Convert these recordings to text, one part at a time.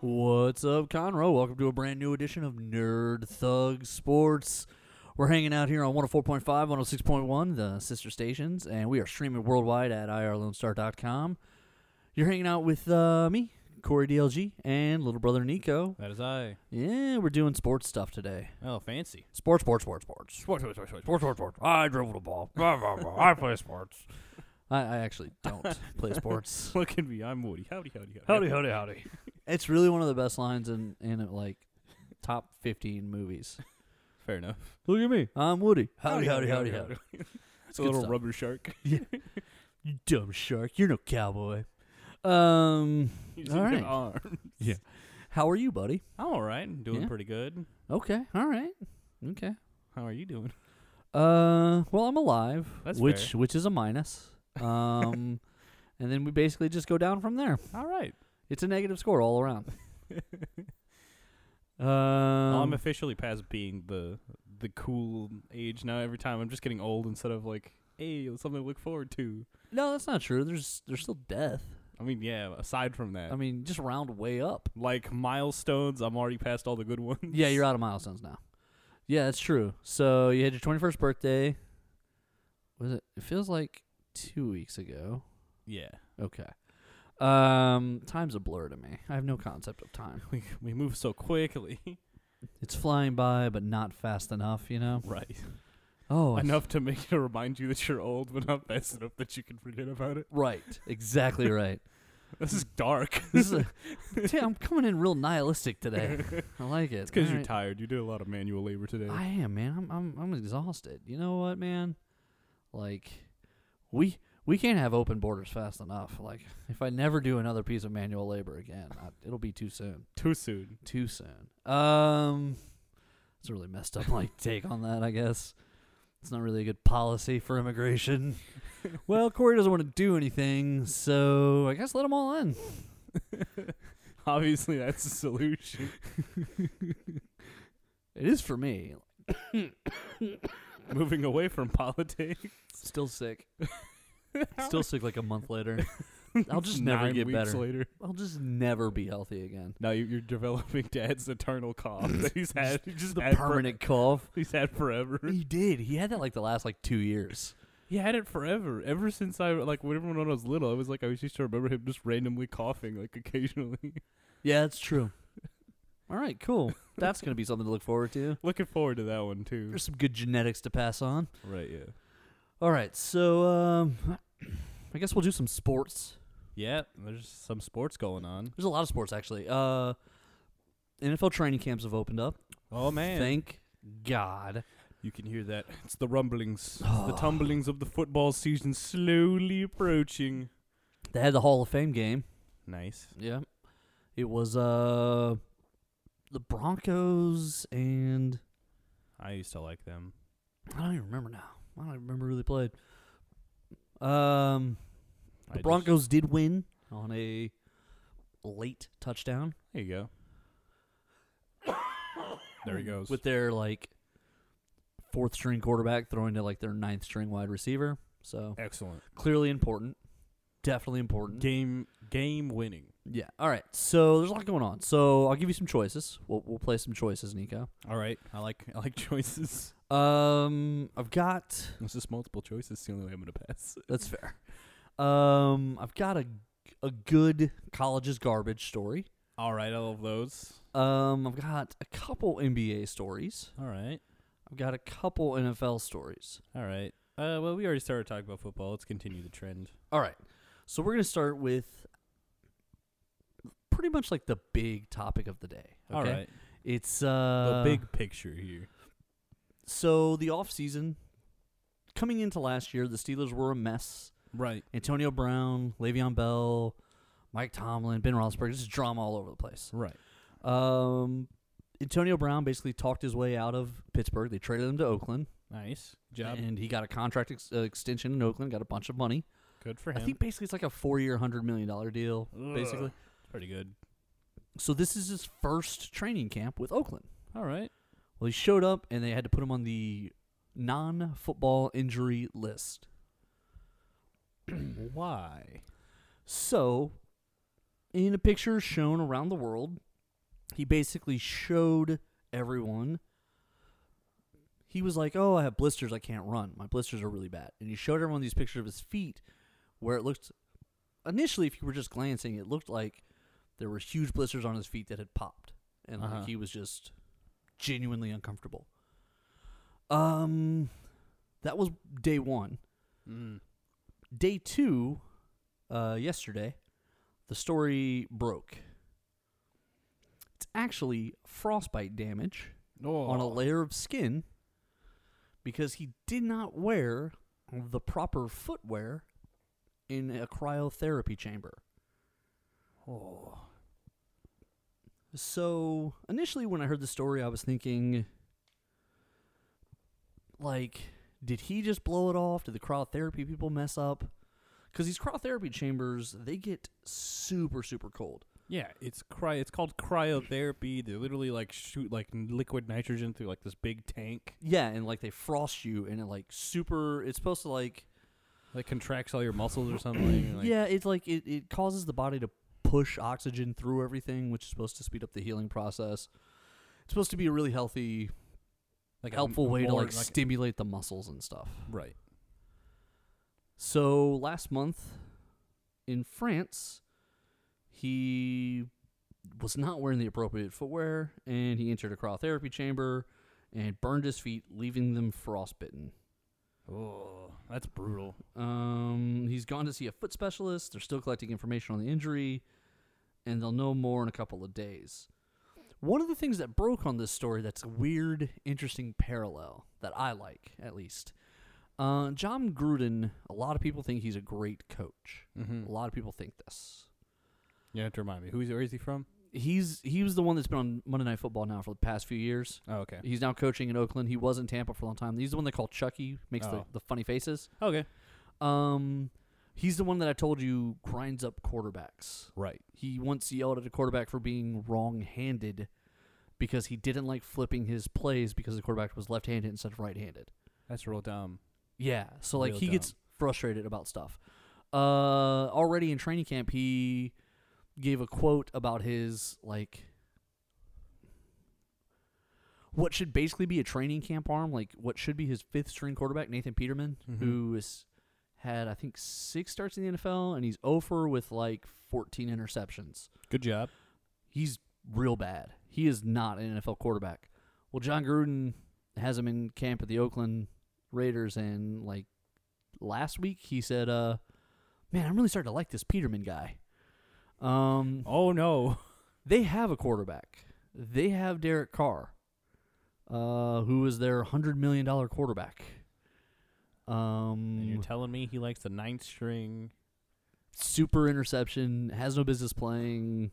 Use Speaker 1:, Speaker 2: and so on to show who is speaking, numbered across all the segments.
Speaker 1: What's up, Conroe? Welcome to a brand new edition of Nerd Thug Sports. We're hanging out here on 104.5, 106.1, the sister stations, and we are streaming worldwide at irlonestar.com. You're hanging out with uh, me, Corey DLG, and little brother Nico.
Speaker 2: That is I.
Speaker 1: Yeah, we're doing sports stuff today.
Speaker 2: Oh, fancy.
Speaker 1: Sports, sports, sports, sports.
Speaker 2: Sports, sports, sports, sports.
Speaker 1: Sports, sports, sports. I dribble the ball. Blah, blah, blah. I play sports. I, I actually don't play sports.
Speaker 2: Look at me. I'm Woody. Howdy, howdy,
Speaker 1: Howdy, howdy, howdy. It's really one of the best lines in, in like top 15 movies.
Speaker 2: Fair enough.
Speaker 1: Look at me. I'm Woody. Howdy, howdy, howdy, howdy.
Speaker 2: It's a
Speaker 1: good
Speaker 2: little
Speaker 1: stuff.
Speaker 2: rubber shark.
Speaker 1: You dumb shark. You're no cowboy. Um,
Speaker 2: Using
Speaker 1: All right.
Speaker 2: an arm.
Speaker 1: how are you, buddy?
Speaker 2: I'm all right. I'm doing
Speaker 1: Yeah.
Speaker 2: pretty good.
Speaker 1: Okay. All right. Okay.
Speaker 2: How are you doing?
Speaker 1: Uh, well, I'm alive,
Speaker 2: That's
Speaker 1: which which is a minus. Um, and then we basically just go down from there.
Speaker 2: All right.
Speaker 1: It's a negative score all around. um,
Speaker 2: well, I'm officially past being the the cool age now. Every time I'm just getting old instead of like, hey, it's something to look forward to.
Speaker 1: no, that's not true. There's there's still death.
Speaker 2: I mean, yeah. Aside from that,
Speaker 1: I mean, just round way up.
Speaker 2: like milestones, I'm already past all the good ones.
Speaker 1: Yeah, you're out of milestones now. Yeah, that's true. So you had your 21st birthday. Was it? It feels like two weeks ago.
Speaker 2: Yeah.
Speaker 1: Okay. Um, time's a blur to me. I have no concept of time.
Speaker 2: We we move so quickly.
Speaker 1: It's flying by, but not fast enough. You know.
Speaker 2: right.
Speaker 1: Oh, I know.
Speaker 2: enough to make it remind you that you're old, but not fast enough that you can forget about it.
Speaker 1: Right. Exactly right.
Speaker 2: This is dark.
Speaker 1: This is a. Damn, I'm coming in real nihilistic today. I like it.
Speaker 2: It's because you're
Speaker 1: Alright.
Speaker 2: tired. You did a lot of manual labor today.
Speaker 1: I am, man. I'm, I'm I'm exhausted. You know what, man? Like we we can't have open borders fast enough. Like if I never do another piece of manual labor again, I, it'll be too soon.
Speaker 2: Too soon.
Speaker 1: Too soon. Um It's a really messed up like take on that, I guess. It's not really a good policy for immigration. well, Corey doesn't want to do anything, so I guess let them all in.
Speaker 2: Obviously, that's the solution.
Speaker 1: It is for me.
Speaker 2: Moving away from politics.
Speaker 1: Still sick. Still sick like a month later. I'll just never
Speaker 2: Nine
Speaker 1: get
Speaker 2: weeks
Speaker 1: better.
Speaker 2: Later.
Speaker 1: I'll just never be healthy again.
Speaker 2: Now you- you're developing Dad's eternal cough that he's had. Just,
Speaker 1: the
Speaker 2: had for-
Speaker 1: permanent cough.
Speaker 2: he's had forever.
Speaker 1: He did. He had that like the last like two years.
Speaker 2: He had it forever. Ever since I like whenever when I was little, I was like I was used to remember him just randomly coughing like occasionally.
Speaker 1: Yeah, that's true. All right, cool. That's gonna be something to look forward to.
Speaker 2: Looking forward to that one too.
Speaker 1: There's some good genetics to pass on.
Speaker 2: Right? Yeah.
Speaker 1: All right, so um, I guess we'll do some sports.
Speaker 2: Yeah. There's some sports going on.
Speaker 1: There's a lot of sports actually. Uh, NFL training camps have opened up.
Speaker 2: Oh man.
Speaker 1: Thank God.
Speaker 2: You can hear that. It's the rumblings,
Speaker 1: Oh.
Speaker 2: the tumblings of the football season slowly approaching.
Speaker 1: They had the Hall of Fame game.
Speaker 2: Nice.
Speaker 1: Yeah, it was uh, the Broncos and
Speaker 2: I used to like them.
Speaker 1: I don't even remember now. I don't even remember who they played. Um,
Speaker 2: I
Speaker 1: the
Speaker 2: just-
Speaker 1: Broncos did win on a late touchdown
Speaker 2: there you go. There he goes.
Speaker 1: with their like fourth string quarterback throwing to like their ninth string wide receiver. So
Speaker 2: excellent
Speaker 1: clearly important, definitely important.
Speaker 2: game, game winning.
Speaker 1: Yeah. All right. So there's a lot going on. So I'll give you some choices. We'll we'll play some choices, Nico.
Speaker 2: All right. I like I like choices.
Speaker 1: Um, I've got
Speaker 2: This is multiple choices. It's the only way I'm gonna pass.
Speaker 1: that's fair. Um, I've got a a good college's garbage story.
Speaker 2: All right. I love those.
Speaker 1: Um, I've got a couple NBA stories.
Speaker 2: All right.
Speaker 1: I've got a couple NFL stories.
Speaker 2: All right. Uh, well, we already started talking about football. Let's continue the trend.
Speaker 1: All right. So we're going to start with pretty much like the big topic of the day. Okay?
Speaker 2: All right.
Speaker 1: It's uh
Speaker 2: the big picture here.
Speaker 1: so the off season coming into last year, the Steelers were a mess.
Speaker 2: Right.
Speaker 1: Antonio Brown, Le'Veon Bell, Mike Tomlin, Ben Roethlisberger, just drama all over the place.
Speaker 2: Right.
Speaker 1: Um, Antonio Brown basically talked his way out of Pittsburgh. They traded him to Oakland.
Speaker 2: Nice job.
Speaker 1: and he got a contract ex- uh, extension in Oakland, got a bunch of money.
Speaker 2: Good for
Speaker 1: I
Speaker 2: him.
Speaker 1: think basically it's like a four-year, hundred million dollar deal, basically.
Speaker 2: Ugh. Pretty good.
Speaker 1: So this is his first training camp with Oakland.
Speaker 2: All right.
Speaker 1: Well, he showed up, and they had to put him on the non-football injury list.
Speaker 2: Why? Hmm.
Speaker 1: So, in a picture shown around the world, he basically showed everyone. He was like, "Oh, I have blisters. I can't run. My blisters are really bad." And he showed everyone these pictures of his feet, where it looked initially, if you were just glancing, it looked like there were huge blisters on his feet that had popped, and like,
Speaker 2: Uh-huh.
Speaker 1: he was just genuinely uncomfortable. Um, that was day one
Speaker 2: Mm.
Speaker 1: day two, uh, yesterday, the story broke. It's actually frostbite damage
Speaker 2: Oh.
Speaker 1: on a layer of skin because he did not wear the proper footwear in a cryotherapy chamber.
Speaker 2: Oh.
Speaker 1: So initially, when I heard the story, I was thinking, like, did he just blow it off? Did the cryotherapy people mess up? Because these cryotherapy chambers, they get super, super cold.
Speaker 2: Yeah, it's cry. It's called cryotherapy. They literally like shoot like n- liquid nitrogen through like this big tank
Speaker 1: Yeah, and like they frost you, and it like super. It's supposed to like.
Speaker 2: that contracts all your muscles or something. and, like,
Speaker 1: yeah, it's like it, it causes the body to push oxygen through everything, which is supposed to speed up the healing process. It's supposed to be a really healthy,
Speaker 2: like a-
Speaker 1: helpful
Speaker 2: a
Speaker 1: way to
Speaker 2: more,
Speaker 1: like stimulate the muscles and stuff.
Speaker 2: right.
Speaker 1: So last month in France, he was not wearing the appropriate footwear and he entered a cryotherapy chamber and burned his feet, leaving them frostbitten.
Speaker 2: Oh, that's brutal.
Speaker 1: Um, he's gone to see a foot specialist. They're still collecting information on the injury and they'll know more in a couple of days. One of the things that broke on this story that's a weird, interesting parallel that I like, at least. Uh, John Gruden, a lot of people think he's a great coach.
Speaker 2: Mm-hmm.
Speaker 1: A lot of people think this.
Speaker 2: You have to remind me. Who's where is he from?
Speaker 1: He's he was the one that's been on Monday Night Football now for the past few years.
Speaker 2: Oh, okay.
Speaker 1: He's now coaching in Oakland. He was in Tampa for a long time. He's the one they call Chucky, makes
Speaker 2: Oh.
Speaker 1: the, the funny faces.
Speaker 2: Okay.
Speaker 1: Um, he's the one that I told you grinds up quarterbacks.
Speaker 2: Right.
Speaker 1: He once yelled at a quarterback for being wrong-handed because he didn't like flipping his plays because the quarterback was left-handed instead of right-handed.
Speaker 2: That's real dumb.
Speaker 1: Yeah. So like
Speaker 2: Real
Speaker 1: he
Speaker 2: dumb.
Speaker 1: gets frustrated about stuff. Uh already in training camp he gave a quote about his like what should basically be a training camp arm, like what should be his fifth string quarterback, Nathan Peterman,
Speaker 2: Mhm.
Speaker 1: who has had I think six starts in the NFL and he's over with like fourteen interceptions.
Speaker 2: Good job.
Speaker 1: He's real bad. He is not an NFL quarterback. Well, John Gruden has him in camp at the Oakland Raiders, and like last week he said, uh, "Man, I'm really starting to like this Peterman guy." Um,
Speaker 2: Oh no.
Speaker 1: they have a quarterback. They have Derek Carr, uh, who is their hundred million dollar quarterback. Um,
Speaker 2: And you're telling me he likes the ninth string,
Speaker 1: super interception has no business playing.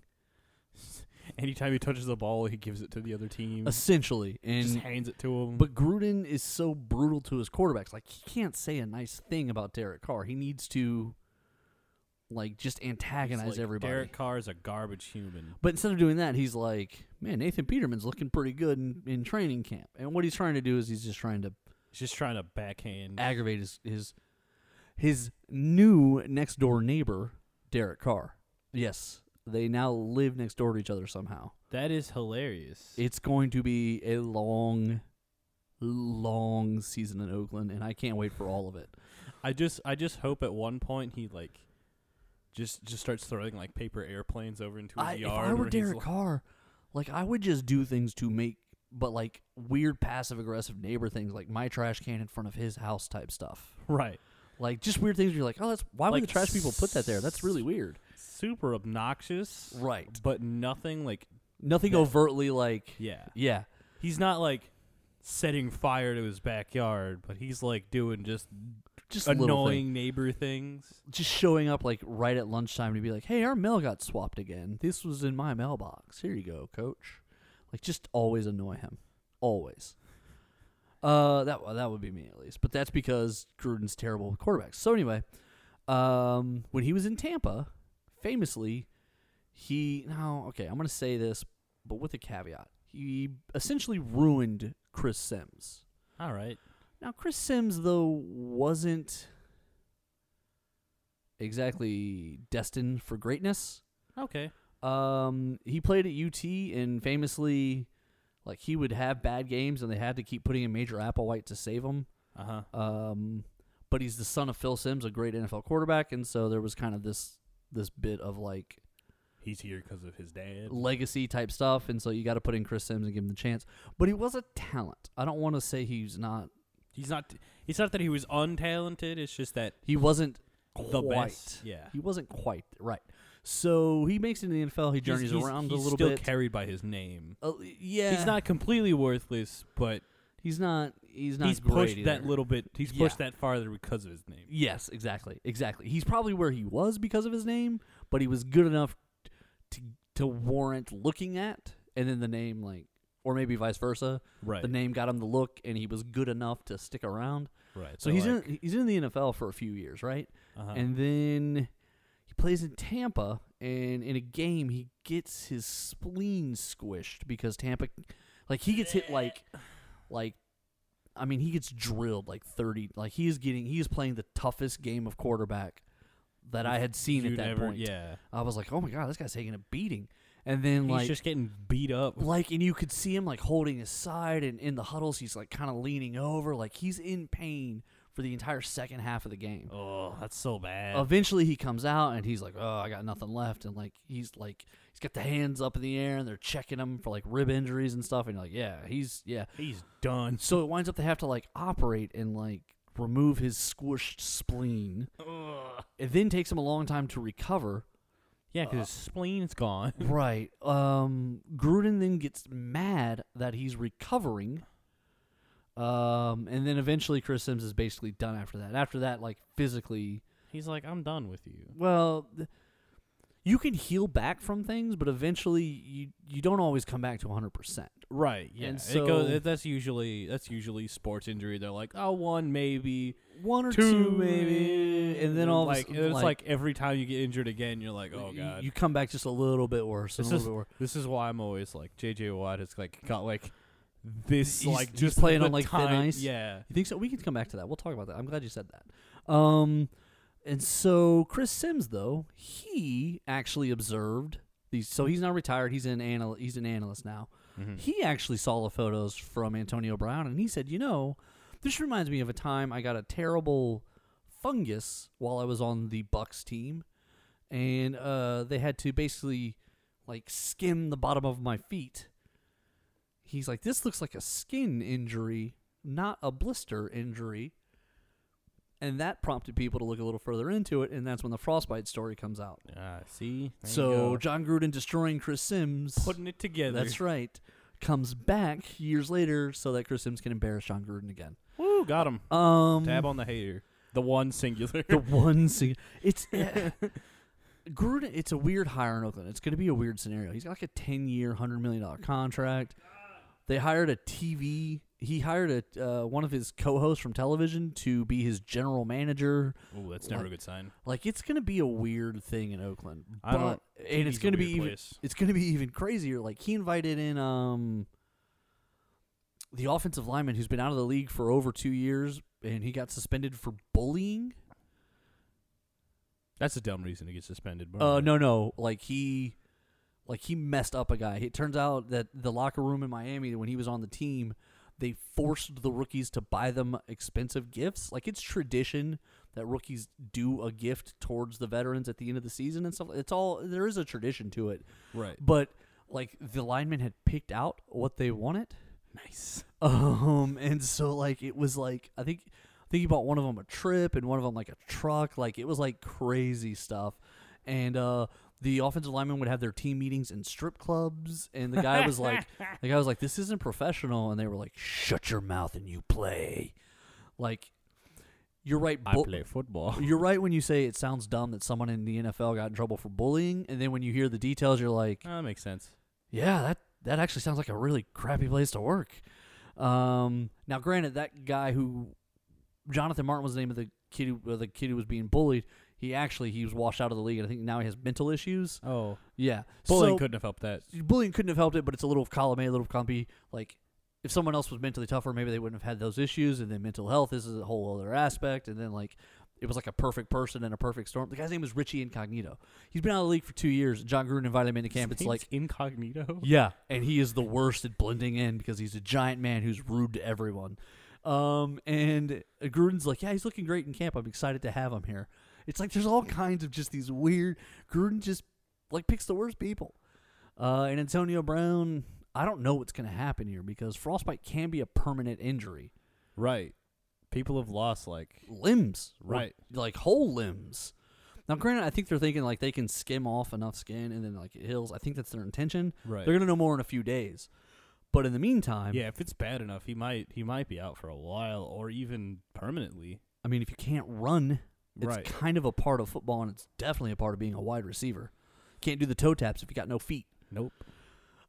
Speaker 2: Anytime he touches the ball, he gives it to the other team.
Speaker 1: Essentially, and
Speaker 2: just hands it to him.
Speaker 1: But Gruden is so brutal to his quarterbacks. Like he can't say a nice thing about Derek Carr. He needs to like just antagonize everybody.
Speaker 2: Derek Carr is a garbage human.
Speaker 1: But instead of doing that, he's like, "Man, Nathan Peterman's looking pretty good in, in training camp." And what he's trying to do is he's just trying to
Speaker 2: He's just trying to backhand.
Speaker 1: aggravate his his his new next door neighbor, Derek Carr. Yes, they now live next door to each other somehow.
Speaker 2: that is hilarious.
Speaker 1: It's going to be a long, long season in Oakland, and I can't wait for all of it.
Speaker 2: I just I just hope at one point he like just just starts throwing like paper airplanes over into his
Speaker 1: I, if
Speaker 2: yard.
Speaker 1: I were
Speaker 2: where he's
Speaker 1: Derek
Speaker 2: like-
Speaker 1: Carr, like I would just do things to make, but like weird passive aggressive neighbor things, like my trash can in front of his house type stuff.
Speaker 2: right.
Speaker 1: Like just weird things. Where you're like, oh, that's why would
Speaker 2: Like
Speaker 1: the trash people put that there? That's really weird.
Speaker 2: Super obnoxious.
Speaker 1: Right.
Speaker 2: But nothing like
Speaker 1: Nothing
Speaker 2: Yeah.
Speaker 1: overtly like,
Speaker 2: yeah.
Speaker 1: yeah,
Speaker 2: He's not like setting fire to his backyard, but he's like doing just
Speaker 1: just little thing.
Speaker 2: annoying neighbor things.
Speaker 1: just showing up like right at lunchtime to be like, hey, our mail got swapped again. This was in my mailbox. Here you go, coach. Like just always annoy him, always. Uh, that that would be me at least, but that's because Gruden's terrible with quarterbacks. So anyway, um, when he was in Tampa, famously, he now okay, I'm gonna say this, but with a caveat, he essentially ruined Chris Sims.
Speaker 2: All right.
Speaker 1: Now, Chris Sims, though, wasn't exactly destined for greatness.
Speaker 2: Okay.
Speaker 1: Um, he played at UT and famously, like he would have bad games and they had to keep putting in Major Applewhite to save him.
Speaker 2: Uh huh.
Speaker 1: Um, but he's the son of Phil Sims, a great NFL quarterback, and so there was kind of this this bit of like
Speaker 2: He's here because of his dad.
Speaker 1: legacy type stuff, and so you got to put in Chris Sims and give him the chance. But he was a talent. I don't want to say he's not.
Speaker 2: He's not. It's not that he was untalented. It's just that
Speaker 1: He wasn't
Speaker 2: the
Speaker 1: quite.
Speaker 2: best. Yeah.
Speaker 1: He wasn't quite right. So he makes it in the NFL. He
Speaker 2: He's-
Speaker 1: journeys
Speaker 2: he's-
Speaker 1: around
Speaker 2: he's
Speaker 1: a little
Speaker 2: still
Speaker 1: bit.
Speaker 2: carried by his name.
Speaker 1: Uh, yeah,
Speaker 2: He's not completely worthless, but
Speaker 1: He's not. He's not.
Speaker 2: he's
Speaker 1: great
Speaker 2: pushed that
Speaker 1: either.
Speaker 2: little bit. He's
Speaker 1: Yeah.
Speaker 2: pushed that farther because of his name.
Speaker 1: Yes, exactly, exactly. He's probably where he was because of his name, but he was good enough to to warrant looking at, and then the name like, or maybe vice versa.
Speaker 2: Right.
Speaker 1: The name got him the look, and he was good enough to stick around.
Speaker 2: Right.
Speaker 1: So he's in he's in the NFL for a few years, right?
Speaker 2: uh
Speaker 1: And then he plays in Tampa, and in a game he gets his spleen squished because Tampa, like he gets hit like, like, I mean he gets drilled like thirty. Like he is getting he is playing the toughest game of quarterback that I had seen at that point.
Speaker 2: Yeah.
Speaker 1: I was like, oh my god, this guy's taking a beating, and then like
Speaker 2: he's just getting beat up.
Speaker 1: like and you could see him like holding his side and in the huddles he's like kind of leaning over like he's in pain for the entire second half of the game
Speaker 2: Oh, that's so bad.
Speaker 1: eventually he comes out and he's like oh i got nothing left and like he's like he's got the hands up in the air and they're checking him for like rib injuries and stuff and you're like yeah he's yeah
Speaker 2: he's done.
Speaker 1: so it winds up they have to like operate and like remove his squished spleen it then takes him a long time to recover
Speaker 2: Yeah, because his
Speaker 1: Uh.
Speaker 2: spleen's gone.
Speaker 1: Right. Um, Gruden then gets mad that he's recovering. Um, and then eventually Chris Sims is basically done after that. After that, like physically,
Speaker 2: He's like, I'm done with you.
Speaker 1: well, th- you can heal back from things, but eventually you you don't always come back to 100%.
Speaker 2: Right. Yeah.
Speaker 1: And
Speaker 2: it goes,
Speaker 1: so-
Speaker 2: that's usually that's usually sports injury. They're like, oh, one maybe,
Speaker 1: One or two,
Speaker 2: two
Speaker 1: maybe, and then all
Speaker 2: like
Speaker 1: of a,
Speaker 2: it's
Speaker 1: sudden,
Speaker 2: like, every time you get injured again, you're like, oh
Speaker 1: y-
Speaker 2: god.
Speaker 1: you come back just a little bit worse, and a
Speaker 2: This
Speaker 1: little
Speaker 2: is-
Speaker 1: bit worse.
Speaker 2: this is why I'm always like JJ Watt has like got like this
Speaker 1: He's-
Speaker 2: like
Speaker 1: he's
Speaker 2: just
Speaker 1: playing
Speaker 2: the
Speaker 1: on, like, thin
Speaker 2: time-
Speaker 1: ice.
Speaker 2: Yeah.
Speaker 1: You think so? We can come back to that. We'll talk about that. I'm glad you said that. Um, and so Chris Sims, though he actually observed these. So he's not retired. He's an anal- He's an analyst now.
Speaker 2: Mm-hmm. Hmm.
Speaker 1: He actually saw the photos from Antonio Brown, and he said, "You know, this reminds me of a time I got a terrible fungus while I was on the Bucks team, and uh, they had to basically like skim the bottom of my feet." He's like, "This looks like a skin injury, not a blister injury." And that prompted people to look a little further into it, and that's when the frostbite story comes out.
Speaker 2: Ah, see. There you
Speaker 1: so
Speaker 2: go.
Speaker 1: John Gruden destroying Chris Sims.
Speaker 2: putting it together.
Speaker 1: That's right. Comes back years later so that Chris Sims can embarrass John Gruden again.
Speaker 2: Woo, got him.
Speaker 1: Um,
Speaker 2: Tab on the hater. The one singular.
Speaker 1: the one sing- it's eh, Gruden. It's a weird hire in Oakland. It's going to be a weird scenario. He's got like a ten-year, hundred million dollar contract. They hired a TV. He hired a uh, one of his co-hosts from television to be his general manager.
Speaker 2: Ooh, that's
Speaker 1: never a
Speaker 2: never a good sign.
Speaker 1: Like it's going to be a weird thing in Oakland.
Speaker 2: I
Speaker 1: but,
Speaker 2: don't-
Speaker 1: and it's
Speaker 2: TV's a
Speaker 1: going to be
Speaker 2: weird
Speaker 1: even,
Speaker 2: place.
Speaker 1: it's going to be even crazier. Like he invited in um the offensive lineman who's been out of the league for over two years, and he got suspended for bullying.
Speaker 2: That's a dumb reason to get suspended. but
Speaker 1: Uh,
Speaker 2: alright.
Speaker 1: no, no, like he, like he messed up a guy. It turns out that the locker room in Miami when he was on the team, they forced the rookies to buy them expensive gifts. Like it's tradition that rookies do a gift towards the veterans at the end of the season and stuff. It's all there is a tradition to it,
Speaker 2: Right.
Speaker 1: but like the linemen had picked out what they wanted.
Speaker 2: Nice.
Speaker 1: Um, and so like it was like I think I think he bought one of them a trip and one of them like a truck. Like it was like crazy stuff. And uh, the offensive linemen would have their team meetings in strip clubs, and the guy was like, the guy was like, this isn't professional, and they were like, shut your mouth and you play. Like, you're right.
Speaker 2: I
Speaker 1: bu-
Speaker 2: play football.
Speaker 1: you're right when you say it sounds dumb that someone in the NFL got in trouble for bullying, and then when you hear the details, you're like,
Speaker 2: Ah, that makes sense.
Speaker 1: yeah, that that actually sounds like a really crappy place to work. Um, now, granted, that guy who Jonathan Martin was the name of the kid who uh, the kid who was being bullied. He actually he was washed out of the league, and I think now he has mental issues.
Speaker 2: Oh,
Speaker 1: Yeah,
Speaker 2: bullying
Speaker 1: So-
Speaker 2: couldn't have helped that.
Speaker 1: bullying couldn't have helped it, but it's a little of column A, a little of column B. Like, if someone else was mentally tougher, maybe they wouldn't have had those issues. And then mental health is a whole other aspect. And then like, It was like a perfect person and a perfect storm. The guy's name is Richie Incognito. He's been out of the league for two years. John Gruden invited him into camp. It's like,
Speaker 2: incognito.
Speaker 1: yeah, and he is the worst at blending in because he's a giant man who's rude to everyone. Um, and Gruden's like, yeah, he's looking great in camp. I'm excited to have him here. It's like there's all kinds of just these weird. Gruden just like picks the worst people. Uh, and Antonio Brown, I don't know what's going to happen here because frostbite can be a permanent injury.
Speaker 2: Right. People have lost like
Speaker 1: limbs, or,
Speaker 2: Right.
Speaker 1: like whole limbs. Now, granted, I think they're thinking like they can skim off enough skin and then like it heals. I think that's their intention.
Speaker 2: right.
Speaker 1: They're gonna know more in a few days, but in the meantime,
Speaker 2: yeah, if it's bad enough, he might he might be out for a while or even permanently.
Speaker 1: I mean, if you can't run, it's
Speaker 2: Right.
Speaker 1: kind of a part of football, and it's definitely a part of being a wide receiver. Can't do the toe taps if you got no feet.
Speaker 2: Nope.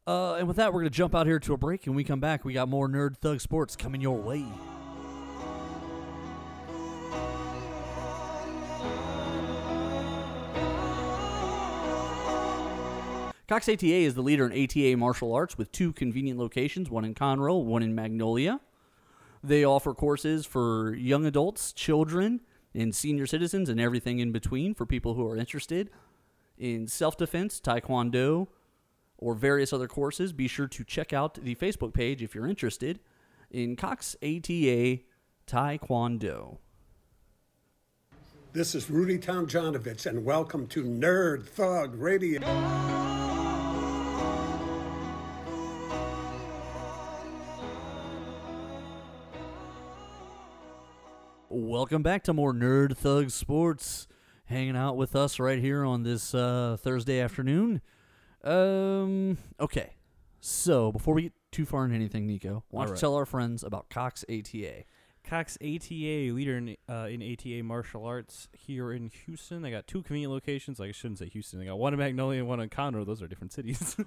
Speaker 1: Uh, and with that, we're gonna jump out here to a break, and we come back. We got more nerd thug sports coming your way. Cox ATA is the leader in ATA martial arts with two convenient locations, one in Conroe, one in Magnolia. They offer courses for young adults, children, and senior citizens, and everything in between for people who are interested in self defense, taekwondo, or various other courses. Be sure to check out the Facebook page if you're interested in Cox ATA Taekwondo.
Speaker 3: This is Rudy Tomjanovich, and welcome to Nerd Thug Radio.
Speaker 1: Welcome back to more Nerd Thug Sports. Hanging out with us right here on this uh, Thursday afternoon. Um, okay. So before we get too far into anything, Nico, why don't you
Speaker 2: Alright.
Speaker 1: tell our friends about Cox ATA?
Speaker 2: Cox ATA, leader in uh, in ATA martial arts here in Houston. They got two convenient locations. Like I shouldn't say Houston. They got one in Magnolia and one in Conroe. Those are different cities.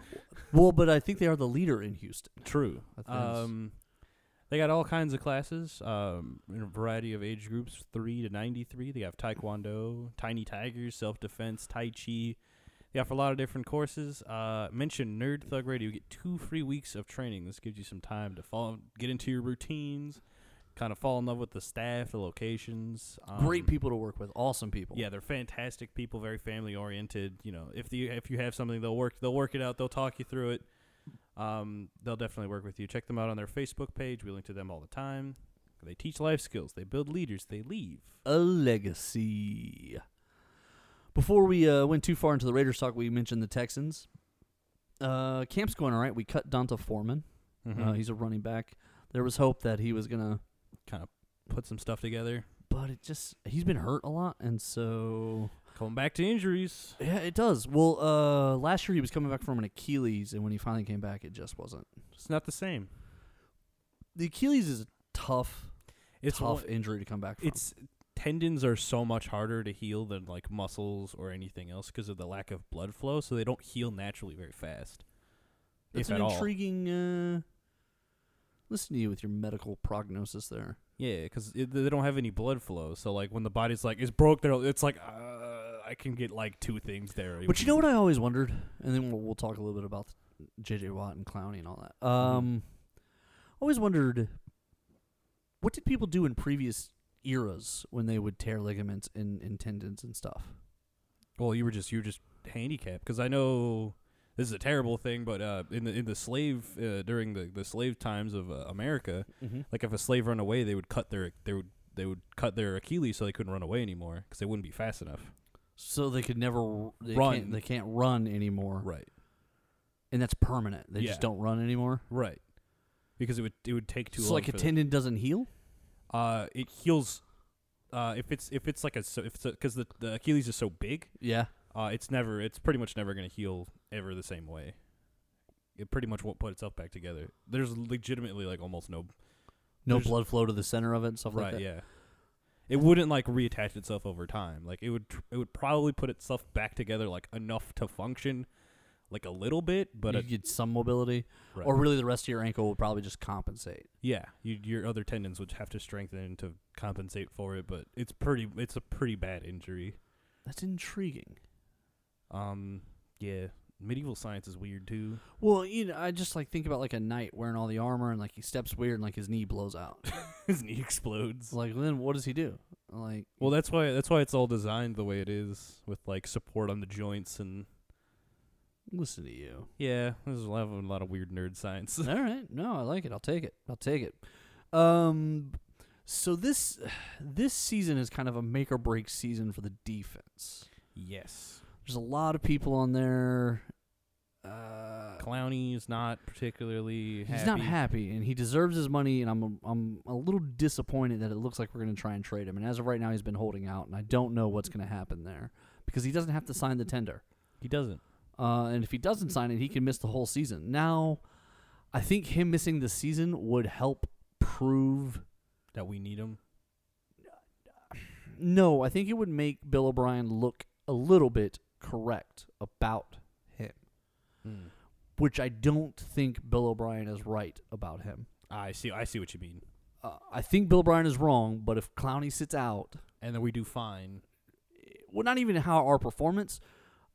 Speaker 1: Well, but I think they are the leader in Houston.
Speaker 2: True.
Speaker 1: That's nice.
Speaker 2: Um, they got all kinds of classes um, in a variety of age groups, three to ninety-three. They have Taekwondo, Tiny Tigers, self-defense, Tai Chi. They offer a lot of different courses. Uh, mention Nerd Thug Radio. You get two free weeks of training. This gives you some time to fall, get into your routines, kind of fall in love with the staff, the locations. Um,
Speaker 1: Great people to work with. Awesome people.
Speaker 2: yeah, they're fantastic people, very family oriented. You know, if the if you have something, they'll work they'll work it out. They'll talk you through it. Um, they'll definitely work with you. Check them out on their Facebook page. We link to them all the time. They teach life skills. They build leaders. They leave.
Speaker 1: a legacy. Before we uh, went too far into the Raiders talk, we mentioned the Texans. Uh, camp's going all right. We cut Donta Foreman.
Speaker 2: Mm-hmm.
Speaker 1: Uh, he's a running back. There was hope that he was gonna,
Speaker 2: kind of put some stuff together.
Speaker 1: but it just he's been hurt a lot, and so
Speaker 2: Coming back to injuries.
Speaker 1: yeah, it does. Well, uh, last year he was coming back from an Achilles, and when he finally came back, it just wasn't.
Speaker 2: It's not the same.
Speaker 1: The Achilles is a tough,
Speaker 2: It's
Speaker 1: tough
Speaker 2: one-
Speaker 1: injury to come back from.
Speaker 2: it's tendons are so much harder to heal than like muscles or anything else because of the lack of blood flow. So they don't heal naturally very fast.
Speaker 1: That's an
Speaker 2: if at all.
Speaker 1: intriguing. Uh, listen to you with your medical prognosis there.
Speaker 2: Yeah, because they don't have any blood flow. So like when the body's like it's broke, there it's like uh, I can get like two things there.
Speaker 1: But you know what I always wondered, and then we'll, we'll talk a little bit about J.J. Watt and Clowney and all that.
Speaker 2: Mm-hmm.
Speaker 1: Um, I always wondered, what did people do in previous eras when they would tear ligaments and, and tendons and stuff?
Speaker 2: Well, you were just you were just handicapped because I know this is a terrible thing, but uh, in the in the slave uh, during the, the slave times of uh, America,
Speaker 1: Mm-hmm.
Speaker 2: like if a slave run away, they would cut their they would they would cut their Achilles so they couldn't run away anymore because they wouldn't be fast enough.
Speaker 1: So they could never r- they
Speaker 2: Run.
Speaker 1: Can't, they can't run anymore,
Speaker 2: Right.
Speaker 1: and that's permanent. They
Speaker 2: Yeah.
Speaker 1: just don't run anymore.
Speaker 2: Right. Because it would it would take too
Speaker 1: so
Speaker 2: long.
Speaker 1: like a
Speaker 2: for the-
Speaker 1: tendon doesn't heal.
Speaker 2: uh, it heals. Uh, if it's if it's like a so if because the, the Achilles is so big,
Speaker 1: Yeah.
Speaker 2: uh, it's never it's pretty much never going to heal ever the same way it pretty much won't put itself back together there's legitimately like almost no
Speaker 1: No
Speaker 2: There's-
Speaker 1: blood flow to the center of it and stuff like
Speaker 2: right
Speaker 1: that.
Speaker 2: yeah it wouldn't like reattach itself over time like it would tr- it would probably put itself back together like enough to function like a little bit but
Speaker 1: you
Speaker 2: it-
Speaker 1: get some mobility,
Speaker 2: right.
Speaker 1: or really the rest of your ankle would probably just compensate.
Speaker 2: yeah you, your other tendons would have to strengthen to compensate for it but it's pretty it's a pretty bad injury
Speaker 1: That's intriguing.
Speaker 2: um yeah medieval science is weird too
Speaker 1: Well, you know, I just like think about like a knight wearing all the armor and like he steps weird and like his knee blows out.
Speaker 2: his knee explodes
Speaker 1: It's like then what does he do? Like,
Speaker 2: Well, that's why that's why it's all designed the way it is with like support on the joints and
Speaker 1: listen to you.
Speaker 2: yeah, there's a lot of, a lot of weird nerd science.
Speaker 1: All right. No, I like it. I'll take it. I'll take it. Um so this this season is kind of a make or break season for the defense.
Speaker 2: yes,
Speaker 1: There's a lot of people on there. Uh,
Speaker 2: Clowney is not particularly.
Speaker 1: he's not happy, and he deserves his money. And I'm I'm a little disappointed that it looks like we're going to try and trade him. And as of right now, he's been holding out, and I don't know what's going to happen there because he doesn't have to sign the tender.
Speaker 2: He doesn't.
Speaker 1: Uh, and if he doesn't sign it, he can miss the whole season. Now, I think him missing the season would help prove.
Speaker 2: That we need him.
Speaker 1: No, I think it would make Bill O'Brien look a little bit correct about him, Hmm. which I don't think Bill O'Brien is right about him.
Speaker 2: I see. I see what you mean.
Speaker 1: Uh, I think Bill O'Brien is wrong, but if Clowney sits out,
Speaker 2: And then we do fine.
Speaker 1: well, not even how our performance.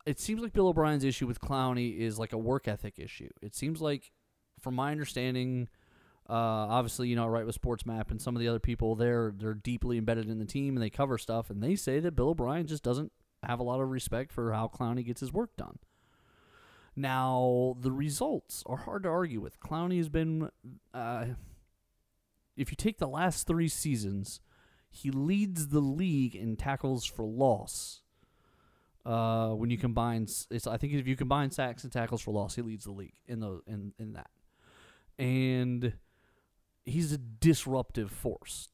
Speaker 1: It seems like Bill O'Brien's issue with Clowney is like a work ethic issue. It seems like, from my understanding, uh, obviously you know I write with Sports Map and some of the other people there, they're deeply embedded in the team and they cover stuff and they say that Bill O'Brien just doesn't have a lot of respect for how Clowney gets his work done. Now the results are hard to argue with. Clowney has been, uh, if you take the last three seasons, he leads the league in tackles for loss. Uh, when you combine, s- it's I think if you combine sacks and tackles for loss, he leads the league in the in in that, and he's a disruptive force.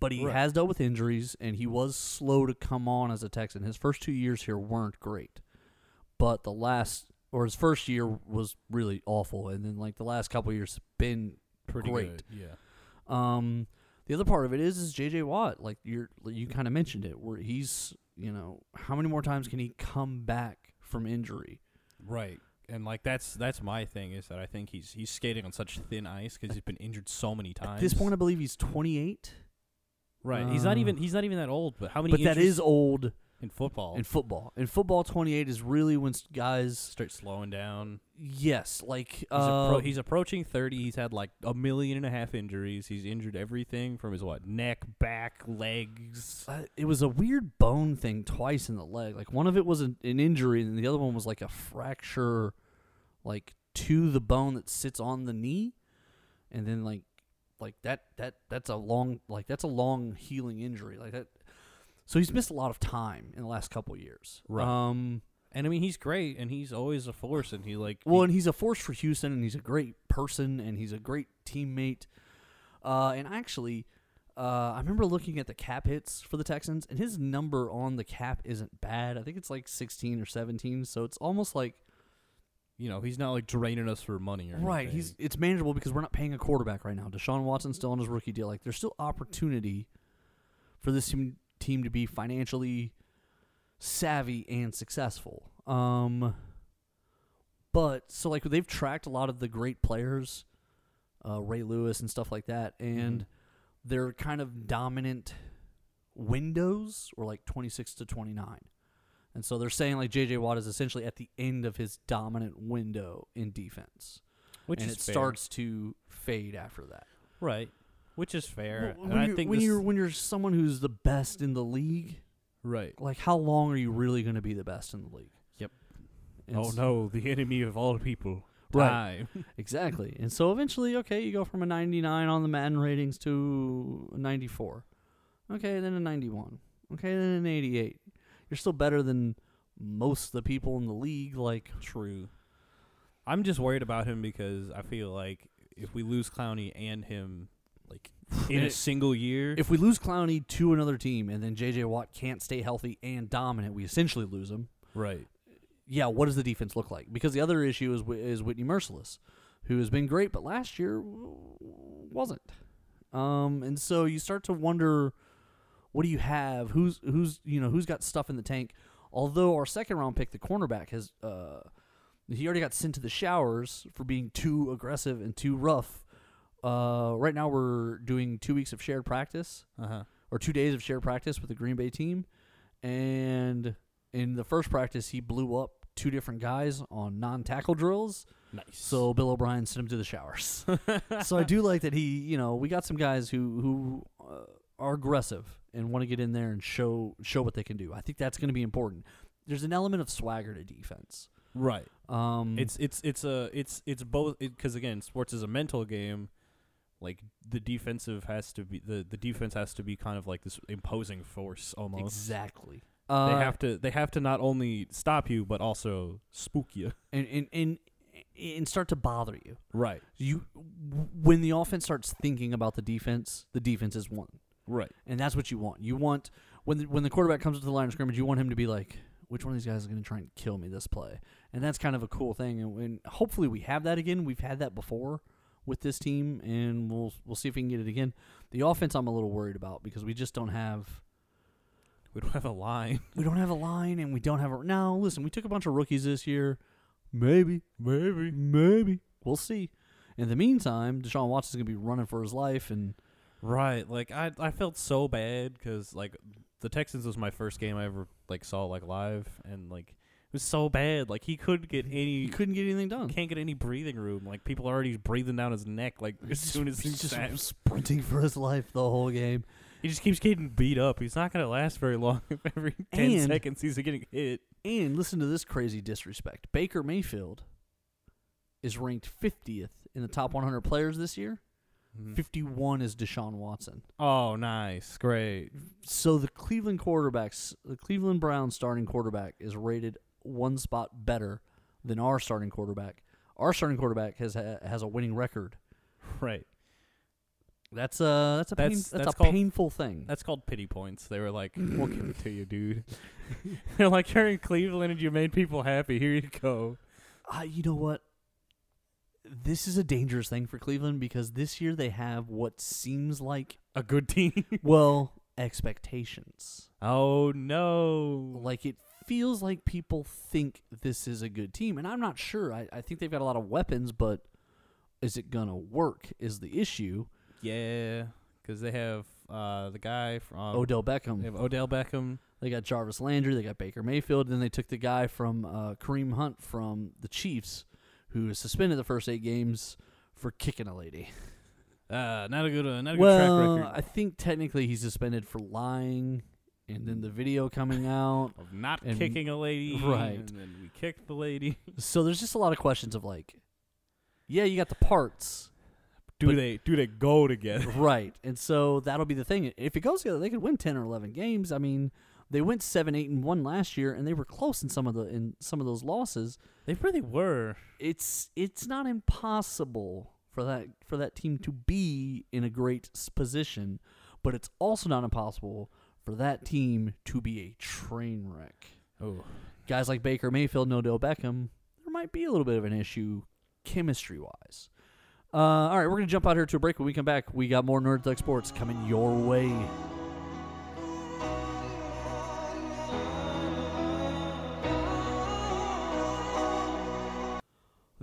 Speaker 1: But he
Speaker 2: Right.
Speaker 1: has dealt with injuries, and he was slow to come on as a Texan. His first two years here weren't great, but the last or his first year was really awful, and then like the last couple years have been
Speaker 2: Pretty
Speaker 1: great.
Speaker 2: good. Yeah.
Speaker 1: Um, the other part of it is is JJ Watt. Like you're, you kind of mentioned it, where he's, you know, how many more times can he come back from injury?
Speaker 2: Right. And like that's that's my thing is that I think he's he's skating on such thin ice because he's been injured so many times.
Speaker 1: At this point, I believe he's 28,
Speaker 2: right? he's not
Speaker 1: Uh,
Speaker 2: even he's not even that old. But how many?
Speaker 1: but that
Speaker 2: injuries Oh.
Speaker 1: is old
Speaker 2: in football.
Speaker 1: in football. In football, 28 is really when s- guys.
Speaker 2: start slowing down.
Speaker 1: Yes, like
Speaker 2: He's, appro-
Speaker 1: uh,
Speaker 2: he's approaching 30. He's had like a million and a half injuries. He's injured everything from his what? Neck, back, legs.
Speaker 1: uh, it was a weird bone thing twice in the leg. Like one of it was an, an injury, and the other one was like a fracture, like to the bone that sits on the knee, and then like like that that that's a long like that's a long healing injury like that. So he's missed a lot of time in the last couple of years.
Speaker 2: Right.
Speaker 1: Um.
Speaker 2: And I mean, he's great and he's always a force and he like
Speaker 1: Well, and he's a force for Houston, and he's a great person, and he's a great teammate. Uh, and actually, uh, I remember looking at the cap hits for the Texans, and his number on the cap isn't bad. I think it's like 16 or 17, so it's almost like
Speaker 2: you know, he's not like draining us for money or
Speaker 1: right.
Speaker 2: anything.
Speaker 1: He's it's manageable because we're not paying a quarterback right now. Deshaun Watson's still on his rookie deal. Like there's still opportunity for this team, team to be financially savvy and successful. Um, but so like they've tracked a lot of the great players, uh, Ray Lewis and stuff like that, and
Speaker 2: Mhm.
Speaker 1: they're kind of dominant windows were like 26 to 29. And so they're saying like JJ Watt is essentially at the end of his dominant window in defense.
Speaker 2: which
Speaker 1: and
Speaker 2: is
Speaker 1: it
Speaker 2: fair.
Speaker 1: starts to fade after that.
Speaker 2: right, which is fair.
Speaker 1: Well,
Speaker 2: and
Speaker 1: when
Speaker 2: I
Speaker 1: you-
Speaker 2: think
Speaker 1: when
Speaker 2: this-
Speaker 1: you're when you're someone who's the best in the league,
Speaker 2: right.
Speaker 1: like how long are you really going to be the best in the league?
Speaker 2: Yep.
Speaker 1: And
Speaker 2: oh
Speaker 1: s-
Speaker 2: no, the enemy of all people.
Speaker 1: Right.
Speaker 2: Time.
Speaker 1: Exactly. And so eventually, okay, you go from a 99 on the Madden ratings to a 94. Okay, then a 91. Okay, then an 88. You're still better than most of the people in the league. Like,
Speaker 2: True. I'm just worried about him because I feel like if we lose Clowney and him, like in a
Speaker 1: it-
Speaker 2: single year,
Speaker 1: if we lose Clowney to another team and then J.J. Watt can't stay healthy and dominant, we essentially lose him.
Speaker 2: right,
Speaker 1: Yeah, what does the defense look like? Because the other issue is Wh- is Whitney Merciless, who has been great, but last year w- wasn't. Um, and so you start to wonder, what do you have? Who's who's you know who's got stuff in the tank? Although our second round pick, the cornerback, has uh, he already got sent to the showers for being too aggressive and too rough. Uh, right now we're doing two weeks of shared practice
Speaker 2: uh huh,
Speaker 1: or two days of shared practice with the Green Bay team, and in the first practice he blew up two different guys on non-tackle drills.
Speaker 2: nice.
Speaker 1: So Bill O'Brien sent him to the showers. so I do like that he, you know, we got some guys who who uh, are aggressive and want to get in there and show show what they can do. I think that's going to be important. There's an element of swagger to defense.
Speaker 2: Right.
Speaker 1: Um,
Speaker 2: It's it's it's a it's it's both because again, sports is a mental game. Like the defensive has to be the, the defense has to be kind of like this imposing force almost.
Speaker 1: exactly.
Speaker 2: They
Speaker 1: Uh,
Speaker 2: have to they have to not only stop you but also spook you.
Speaker 1: and, and and and start to bother you.
Speaker 2: Right.
Speaker 1: You when the offense starts thinking about the defense, the defense is one.
Speaker 2: Right.
Speaker 1: and that's what you want. You want when the, when the quarterback comes to the line of scrimmage, you want him to be like, which one of these guys is going to try and kill me this play? And that's kind of a cool thing. And, and hopefully we have that again. We've had that before with this team, and we'll we'll see if we can get it again. The offense, I'm a little worried about because we just don't have
Speaker 2: We don't have a line.
Speaker 1: we don't have a line, and we don't have a now. Listen, we took a bunch of rookies this year. Maybe, maybe, maybe we'll see. In the meantime, Deshaun Watson's going to be running for his life, and
Speaker 2: Right. Like I I felt so bad because like the Texans was my first game I ever like saw like live and like it was so bad. Like he couldn't get
Speaker 1: he
Speaker 2: any
Speaker 1: couldn't get anything done.
Speaker 2: can't get any breathing room. Like people are already breathing down his neck. Like as soon as he
Speaker 1: he's just
Speaker 2: sat.
Speaker 1: sprinting for his life the whole game.
Speaker 2: he just keeps getting beat up. He's not gonna last very long. If every ten
Speaker 1: And-
Speaker 2: seconds he's getting hit.
Speaker 1: And listen to this crazy disrespect. Baker Mayfield is ranked 50th in the top 100 players this year. Mm-hmm.
Speaker 2: Hmm.
Speaker 1: 51 is Deshaun Watson.
Speaker 2: Oh, nice, great.
Speaker 1: So the Cleveland quarterbacks, the Cleveland Browns starting quarterback is rated one spot better than our starting quarterback. Our starting quarterback has ha- has a winning record.
Speaker 2: Right.
Speaker 1: That's a that's a
Speaker 2: That's-
Speaker 1: pain, that's,
Speaker 2: that's
Speaker 1: a
Speaker 2: called-
Speaker 1: painful thing.
Speaker 2: That's called pity points. They were like, "We'll give it to you, dude." They're like, "You're in Cleveland and you made people happy. Here you go."
Speaker 1: uh, you know what? This is a dangerous thing for Cleveland because this year they have what seems like
Speaker 2: A good team.
Speaker 1: well expectations.
Speaker 2: oh no.
Speaker 1: Like it feels like people think this is a good team, and I'm not sure. I, I think they've got a lot of weapons, but is it gonna work? Is the issue
Speaker 2: Yeah, because they have uh, the guy from
Speaker 1: Odell
Speaker 2: They
Speaker 1: Beckham?
Speaker 2: have Odell Beckham.
Speaker 1: They got Jarvis Landry, they got Baker Mayfield, then they took the guy from uh, Kareem Hunt from the Chiefs, who is suspended the first eight games for kicking a lady.
Speaker 2: Uh, not a good, uh, not a good track
Speaker 1: Well,
Speaker 2: record
Speaker 1: I think technically he's suspended for lying, and then the video coming out.
Speaker 2: of not
Speaker 1: and-
Speaker 2: kicking a lady.
Speaker 1: right.
Speaker 2: And then we kicked the lady.
Speaker 1: So there's just a lot of questions of like, yeah, you got the parts.
Speaker 2: Do
Speaker 1: But-
Speaker 2: they do they go together?
Speaker 1: right. And so that'll be the thing. If it goes together, they could win ten or eleven games. I mean, they went seven, eight, and one last year, and they were close in some of the in some of those losses.
Speaker 2: They really were.
Speaker 1: It's it's not impossible for that for that team to be in a great s- position, but it's also not impossible for that team to be a train wreck.
Speaker 2: Oh,
Speaker 1: Guys like Baker Mayfield, and Odell Beckham, there might be a little bit of an issue chemistry wise. Uh, all right, we're going to jump out here to a break. When we come back, we got more Nerd Thug Sports coming your way.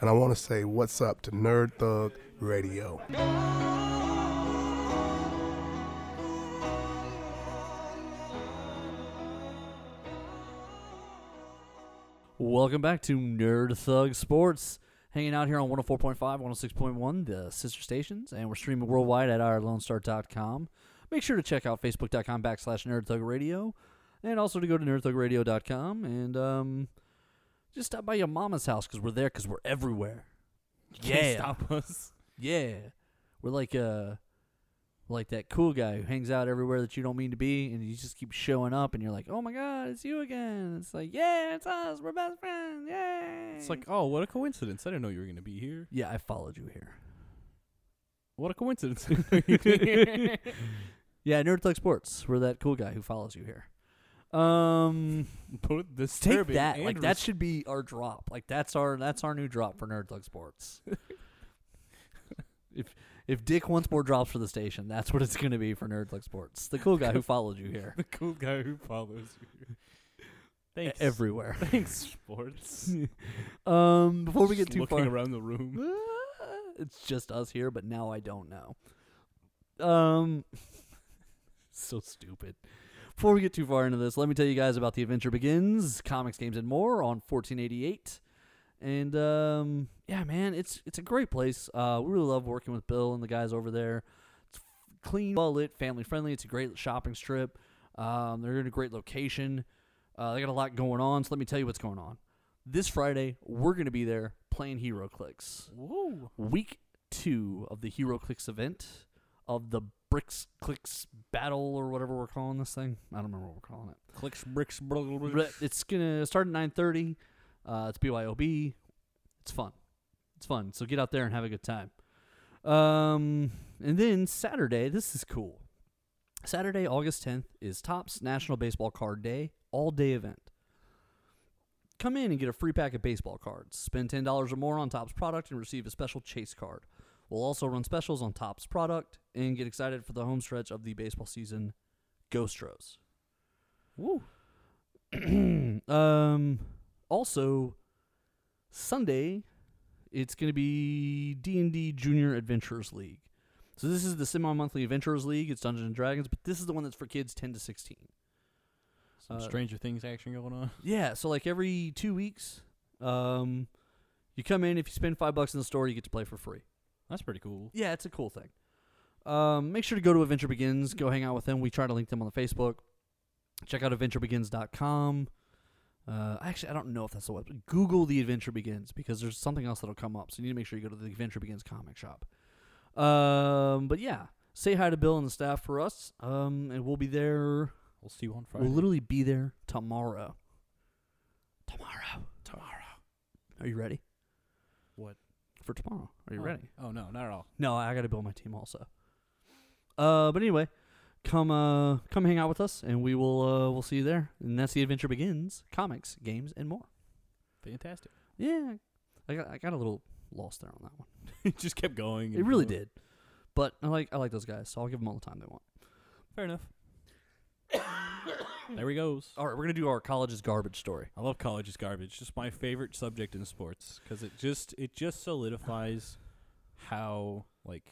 Speaker 4: and I want to say what's up to Nerd Thug Radio.
Speaker 1: Welcome back to Nerd Thug Sports. Hanging out here on 104.5, 106.1, the sister stations, and we're streaming worldwide at IreLoneStar.com. Make sure to check out Facebook.com backslash Nerd Thug Radio, and also to go to NerdThugRadio.com and um, just stop by your mama's house because we're there because we're everywhere.
Speaker 2: can't
Speaker 1: Yeah.
Speaker 2: stop us.
Speaker 1: Yeah, we're like uh, like that cool guy who hangs out everywhere that you don't mean to be, and you just keep showing up, and you're like, oh my god, it's you again. It's like, yeah, it's us. We're best friends. Yay!
Speaker 2: It's like, oh, what a coincidence! I didn't know you were gonna be here.
Speaker 1: yeah, I followed you here.
Speaker 2: What a coincidence!
Speaker 1: Yeah, Nerd Thug Sports. We're that cool guy who follows you here. Um,
Speaker 2: Both
Speaker 1: take
Speaker 2: disturbing
Speaker 1: that.
Speaker 2: and
Speaker 1: Like that
Speaker 2: res-
Speaker 1: should be our drop. Like that's our that's our new drop for Nerd Thug Sports. if If Dick wants more drops for the station, that's what it's going to be for Nerd Thug Sports. The cool guy who followed you here
Speaker 2: the cool guy who follows you.
Speaker 1: e-
Speaker 2: Thanks.
Speaker 1: everywhere.
Speaker 2: Thanks, sports.
Speaker 1: Um, before we get
Speaker 2: Just
Speaker 1: too
Speaker 2: looking
Speaker 1: far,
Speaker 2: around the room.
Speaker 1: it's just us here, but now I don't know. Um, so stupid. Before we get too far into this, let me tell you guys about The Adventure Begins, comics, games, and more on 1488. And um, yeah, man, it's it's a great place. Uh, we really love working with Bill and the guys over there. It's f- clean, well lit, family friendly. It's a great shopping strip. Um, they're in a great location. Uh, they got a lot going on. So let me tell you what's going on. This Friday, we're going to be there playing Hero Clicks
Speaker 2: Whoa.
Speaker 1: week two of the Hero Clicks event of the Bricks Clicks battle or whatever we're calling this thing. I don't remember what we're calling it.
Speaker 2: Clicks, bricks, blah, blah, blah.
Speaker 1: But it's gonna start at nine thirty. Uh, it's BYOB. It's fun. It's fun. So get out there and have a good time. Um, and then Saturday, this is cool. Saturday, August tenth is Topps National Baseball Card Day, all day event. Come in and get a free pack of baseball cards. Spend ten dollars or more on Topps product and receive a special chase card. We'll also run specials on Topps product and get excited for the home stretch of the baseball season. Ghost Rose.
Speaker 2: Woo.
Speaker 1: um, also, Sunday, it's going to be D and D Junior Adventurers League. So this is the semi-monthly Adventurers League. It's Dungeons and Dragons, but this is the one that's for kids ten to sixteen.
Speaker 2: Some
Speaker 1: Uh,
Speaker 2: Stranger Things action going on.
Speaker 1: Yeah, so like every two weeks, um, you come in. If you spend five bucks in the store, you get to play for free.
Speaker 2: That's pretty cool.
Speaker 1: Yeah, it's a cool thing. Um, make sure to go to Adventure Begins. Go hang out with them. We try to link them on the Facebook. Check out adventurebegins.com. Uh, actually, I don't know if that's the website. Google the Adventure Begins because there's something else that'll come up. So you need to make sure you go to the Adventure Begins comic shop. Um, but yeah, say hi to Bill and the staff for us. Um, and we'll be there.
Speaker 2: We'll see you on Friday.
Speaker 1: We'll literally be there tomorrow. Tomorrow. Tomorrow. Are you ready
Speaker 2: what?
Speaker 1: for tomorrow? Are you
Speaker 2: Oh.
Speaker 1: ready?
Speaker 2: Oh, no, not at all.
Speaker 1: No, I got to build my team also. Uh, but anyway, come uh, come hang out with us, and we will uh, we'll see you there. And that's the adventure begins: comics, games, and more.
Speaker 2: Fantastic.
Speaker 1: Yeah, I got I got a little lost there on that one.
Speaker 2: it just kept going.
Speaker 1: It
Speaker 2: and
Speaker 1: really
Speaker 2: going.
Speaker 1: did, but I like I like those guys, so I'll give them all the time they want.
Speaker 2: Fair enough. there he goes.
Speaker 1: All right, we're gonna do our college's garbage story.
Speaker 2: I love college is garbage. Just my favorite subject in sports because it just it just solidifies how like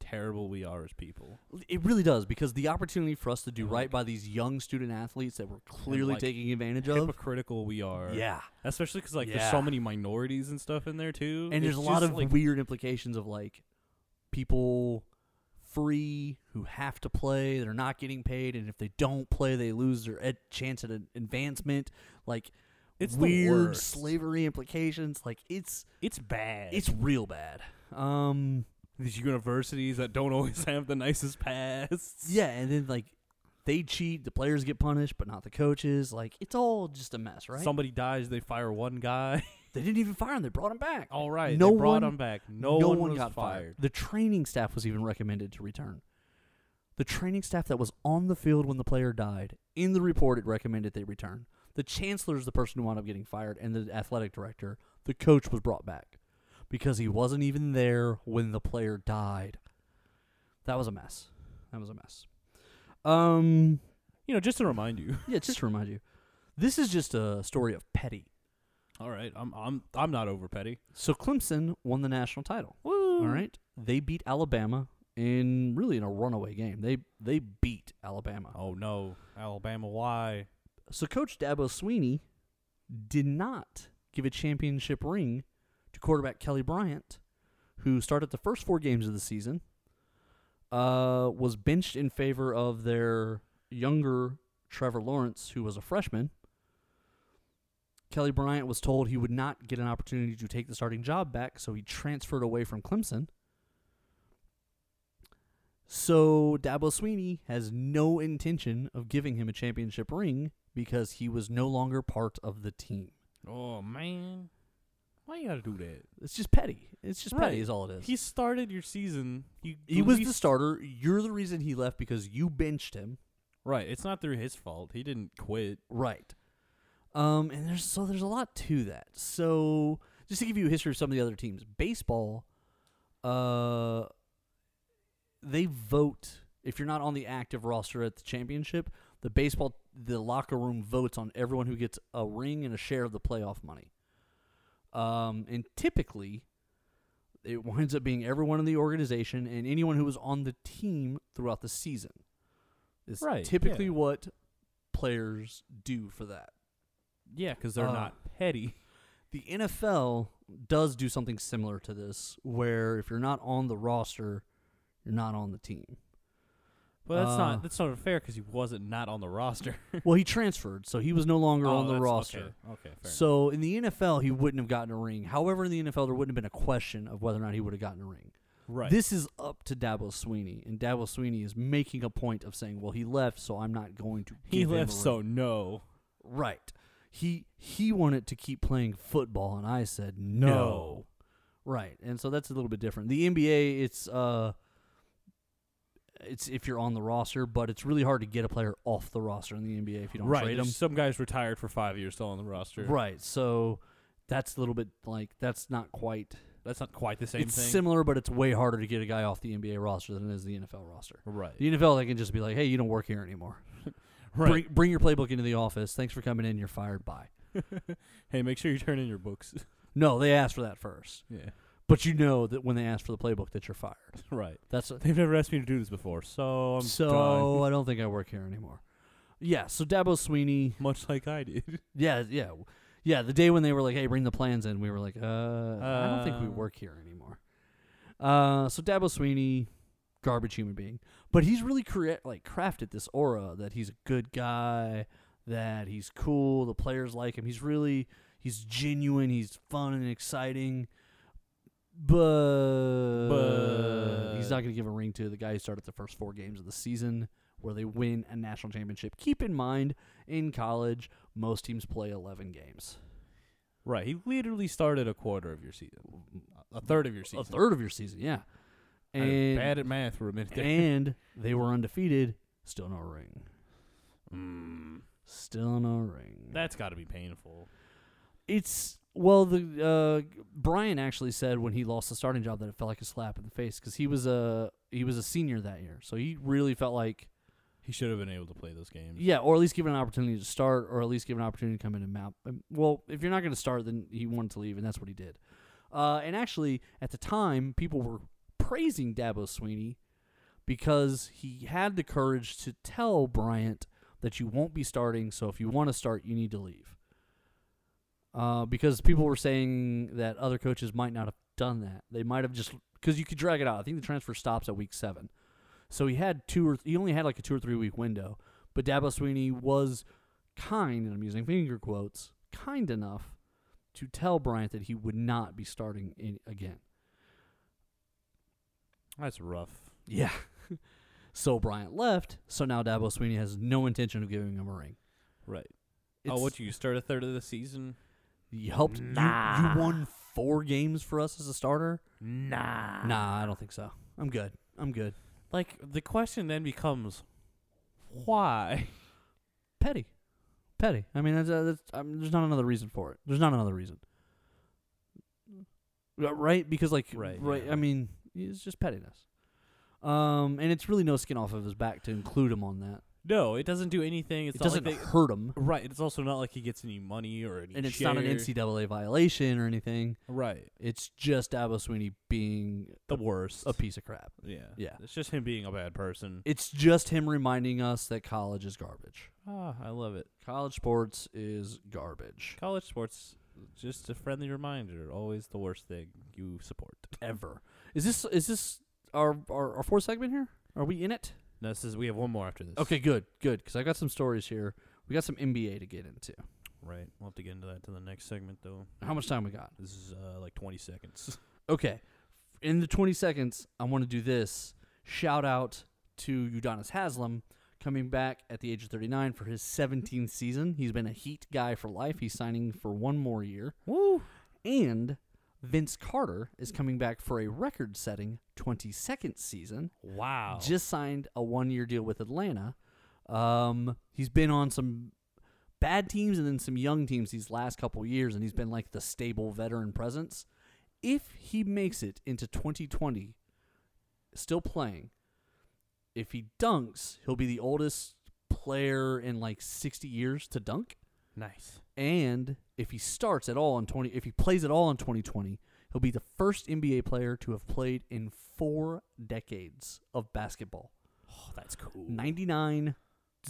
Speaker 2: terrible we are as people.
Speaker 1: It really does because the opportunity for us to do
Speaker 2: And,
Speaker 1: right
Speaker 2: like-
Speaker 1: by these young student athletes that we're clearly
Speaker 2: like,
Speaker 1: taking advantage of.
Speaker 2: Hypocritical we are.
Speaker 1: Yeah,
Speaker 2: Especially because like there's so
Speaker 1: Yeah.
Speaker 2: many minorities and stuff in there too.
Speaker 1: and there's
Speaker 2: It's
Speaker 1: a lot
Speaker 2: just,
Speaker 1: of
Speaker 2: like,
Speaker 1: weird implications of like people free who have to play they're not getting paid and if they don't play they lose their ed- chance at an advancement like
Speaker 2: It's the
Speaker 1: weird
Speaker 2: worst. Eh.
Speaker 1: slavery implications like it's
Speaker 2: It's bad.
Speaker 1: it's real bad um
Speaker 2: these universities that don't always have the nicest pasts.
Speaker 1: yeah and then like they cheat the players get punished but not the coaches like it's all just a mess right
Speaker 2: Somebody dies, they fire one guy.
Speaker 1: they didn't even fire him they brought him back
Speaker 2: All right,
Speaker 1: No
Speaker 2: they brought
Speaker 1: one-
Speaker 2: him back. No, one, was
Speaker 1: got
Speaker 2: fired.
Speaker 1: The training staff was even recommended to return. The training staff that was on the field when the player died, in the report, it recommended they return. The chancellor is the person who wound up getting fired, and the athletic director. The coach was brought back because he wasn't even there when the player died. That was a mess. That was a mess. Um,
Speaker 2: You know, just to remind you.
Speaker 1: yeah, just to remind you, this is just a story of petty.
Speaker 2: All right, I'm I'm I'm not over petty.
Speaker 1: So Clemson won the national title. All right, they beat Alabama in really in a runaway game. They they beat Alabama.
Speaker 2: Oh no, Alabama! Why?
Speaker 1: So Coach Dabo Sweeney did not give a championship ring to quarterback Kelly Bryant, who started the first four games of the season. Uh, was benched in favor of their younger Trevor Lawrence, who was a freshman. Kelly Bryant was told he would not get an opportunity to take the starting job back, so he transferred away from Clemson. So Dabo Sweeney has no intention of giving him a championship ring because he was no longer part of the team.
Speaker 2: Oh man, why you gotta do that?
Speaker 1: It's just petty. It's just petty
Speaker 2: Right.
Speaker 1: is all it is.
Speaker 2: He started your season. You
Speaker 1: he was the
Speaker 2: least-
Speaker 1: starter. You're the reason he left because you benched him.
Speaker 2: right. It's not through his fault. He didn't quit.
Speaker 1: Right. Um, and there's so there's a lot to that. So just to give you a history of some of the other teams, baseball, uh, they vote if you're not on the active roster at the championship. The baseball, the locker room votes on everyone who gets a ring and a share of the playoff money. Um, and typically, it winds up being everyone in the organization and anyone who was on the team throughout the season. Is
Speaker 2: Right,
Speaker 1: typically
Speaker 2: yeah.
Speaker 1: what players do for that.
Speaker 2: Yeah, because they're
Speaker 1: Uh,
Speaker 2: not petty.
Speaker 1: The NFL does do something similar to this, where if you're not on the roster, you're not on the team.
Speaker 2: Well, that's
Speaker 1: uh,
Speaker 2: not that's not fair because he wasn't not on the roster.
Speaker 1: well, he transferred, so he was no longer
Speaker 2: Oh,
Speaker 1: on the
Speaker 2: that's-
Speaker 1: roster.
Speaker 2: Okay, okay fair.
Speaker 1: So in the NFL, he wouldn't have gotten a ring. However, in the NFL, there wouldn't have been a question of whether or not he would have gotten a ring.
Speaker 2: right.
Speaker 1: This is up to Dabo Sweeney, and Dabo Sweeney is making a point of saying, "Well, he left, so I'm not going to."
Speaker 2: he
Speaker 1: give him
Speaker 2: left,
Speaker 1: a
Speaker 2: so
Speaker 1: ring."
Speaker 2: no.
Speaker 1: right. He he wanted to keep playing football, and I said no.
Speaker 2: No.
Speaker 1: Right, and so that's a little bit different. The NBA, it's uh, it's if you're on the roster, but it's really hard to get a player off the roster in the NBA if you don't
Speaker 2: right.
Speaker 1: trade
Speaker 2: there's
Speaker 1: him.
Speaker 2: Some guys retired for five years still on the roster.
Speaker 1: Right. So that's a little bit like that's not quite.
Speaker 2: That's not quite the same
Speaker 1: it's
Speaker 2: thing.
Speaker 1: similar, but it's way harder to get a guy off the NBA roster than it is the NFL roster.
Speaker 2: right.
Speaker 1: The NFL, they can just be like, "Hey, you don't work here anymore.
Speaker 2: right.
Speaker 1: Bring, bring your playbook into the office. Thanks for coming in. You're fired." Bye.
Speaker 2: hey, make sure you turn in your books.
Speaker 1: No, they asked for that first,
Speaker 2: yeah.
Speaker 1: but you know that when they ask for the playbook, that you're fired.
Speaker 2: Right.
Speaker 1: That's a,
Speaker 2: They've never asked me to do this before, so I'm
Speaker 1: so. Oh, I don't think I work here anymore. Yeah. So Dabo Sweeney.
Speaker 2: done. Much like I did.
Speaker 1: Yeah. Yeah. Yeah. The day when they were like, "Hey, bring the plans in," we were like, "Uh, I don't think we
Speaker 2: Uh.
Speaker 1: work here anymore." Uh, so Dabo Sweeney, garbage human being, but he's really crea- like crafted this aura that he's a good guy, that he's cool, the players like him. He's really he's genuine, he's fun and exciting. But, he's not
Speaker 2: But-
Speaker 1: going to give a ring to the guy who started the first four games of the season where they win a national championship. Keep in mind, in college, most teams play 11 games.
Speaker 2: Right. He literally started a quarter of your season, a third of your season.
Speaker 1: A third of your season, yeah.
Speaker 2: I'm
Speaker 1: And
Speaker 2: bad at math for a minute. There.
Speaker 1: and they were undefeated, still no ring.
Speaker 2: Mm,
Speaker 1: Still no ring.
Speaker 2: that's got to be painful.
Speaker 1: It's well, the uh, Brian actually said when he lost the starting job that it felt like a slap in the face because he was a he was a senior that year, so he really felt like
Speaker 2: He should have been able to play those games.
Speaker 1: yeah, or at least given an opportunity to start, or at least given an opportunity to come in and map. um, Well, if you're not going to start, then he wanted to leave, and that's what he did. Uh, and actually, at the time, people were praising Dabo Sweeney because he had the courage to tell Bryant that you won't be starting, so if you want to start, you need to leave. Uh, because people were saying that other coaches might not have done that. They might have just because you could drag it out. I think the transfer stops at week seven, so he had two or he only had like a two or three week window. But Dabo Sweeney was kind, and I'm using finger quotes, kind enough to tell Bryant that he would not be starting in, again.
Speaker 2: That's rough.
Speaker 1: Yeah. so Bryant left. So now Dabo Sweeney has no intention of giving him a ring.
Speaker 2: Right.
Speaker 1: It's-
Speaker 2: oh, what you start a third of the season?
Speaker 1: You helped. you- You,
Speaker 2: Nah.
Speaker 1: won four games for us as a starter.
Speaker 2: Nah.
Speaker 1: Nah, I don't think so. I'm good. I'm good.
Speaker 2: Like the question then becomes, why?
Speaker 1: Petty, petty. I mean, that's, uh, that's, I mean, there's not another reason for it. There's not another reason. Uh, Right? Because like,
Speaker 2: Right,
Speaker 1: right
Speaker 2: yeah.
Speaker 1: I mean, it's just pettiness. Um, and it's really no skin off of his back to include him on that.
Speaker 2: No, it doesn't do anything. It's
Speaker 1: it
Speaker 2: not
Speaker 1: doesn't
Speaker 2: like they,
Speaker 1: hurt him,
Speaker 2: right. It's also not like he gets any money or any.
Speaker 1: and it's not an
Speaker 2: share.
Speaker 1: NCAA violation or anything.
Speaker 2: Right.
Speaker 1: It's just Dabo Sweeney being
Speaker 2: The worst.
Speaker 1: a piece of crap.
Speaker 2: yeah.
Speaker 1: yeah.
Speaker 2: It's just him being a bad person.
Speaker 1: It's just him reminding us that college is garbage.
Speaker 2: Ah, I love it.
Speaker 1: College sports is garbage.
Speaker 2: College sports, just a friendly reminder, always the worst thing you support.
Speaker 1: Ever is this is this our our, our fourth segment here? Are we in it?
Speaker 2: No, this is we have one more after this.
Speaker 1: Okay, good, good. Because I got some stories here. We got some NBA to get into.
Speaker 2: Right. We'll have to get into that to the next segment though.
Speaker 1: How much time we got?
Speaker 2: This is uh, like 20 seconds.
Speaker 1: Okay, in the 20 seconds, I want to do this. Shout out to Udonis Haslam coming back at the age of 39 for his 17th season. He's been a Heat guy for life. He's signing for one more year.
Speaker 2: Woo.
Speaker 1: And Vince Carter is coming back for a record setting 22nd season.
Speaker 2: Wow.
Speaker 1: Just signed a one year deal with Atlanta. Um, he's been on some bad teams and then some young teams these last couple years, and he's been like the stable veteran presence. If he makes it into 2020, still playing, if he dunks, he'll be the oldest player in like 60 years to dunk.
Speaker 2: Nice.
Speaker 1: And if he starts at all in 20, if he plays at all in 2020, he'll be the first NBA player to have played in four decades of basketball.
Speaker 2: Oh, that's cool.
Speaker 1: 99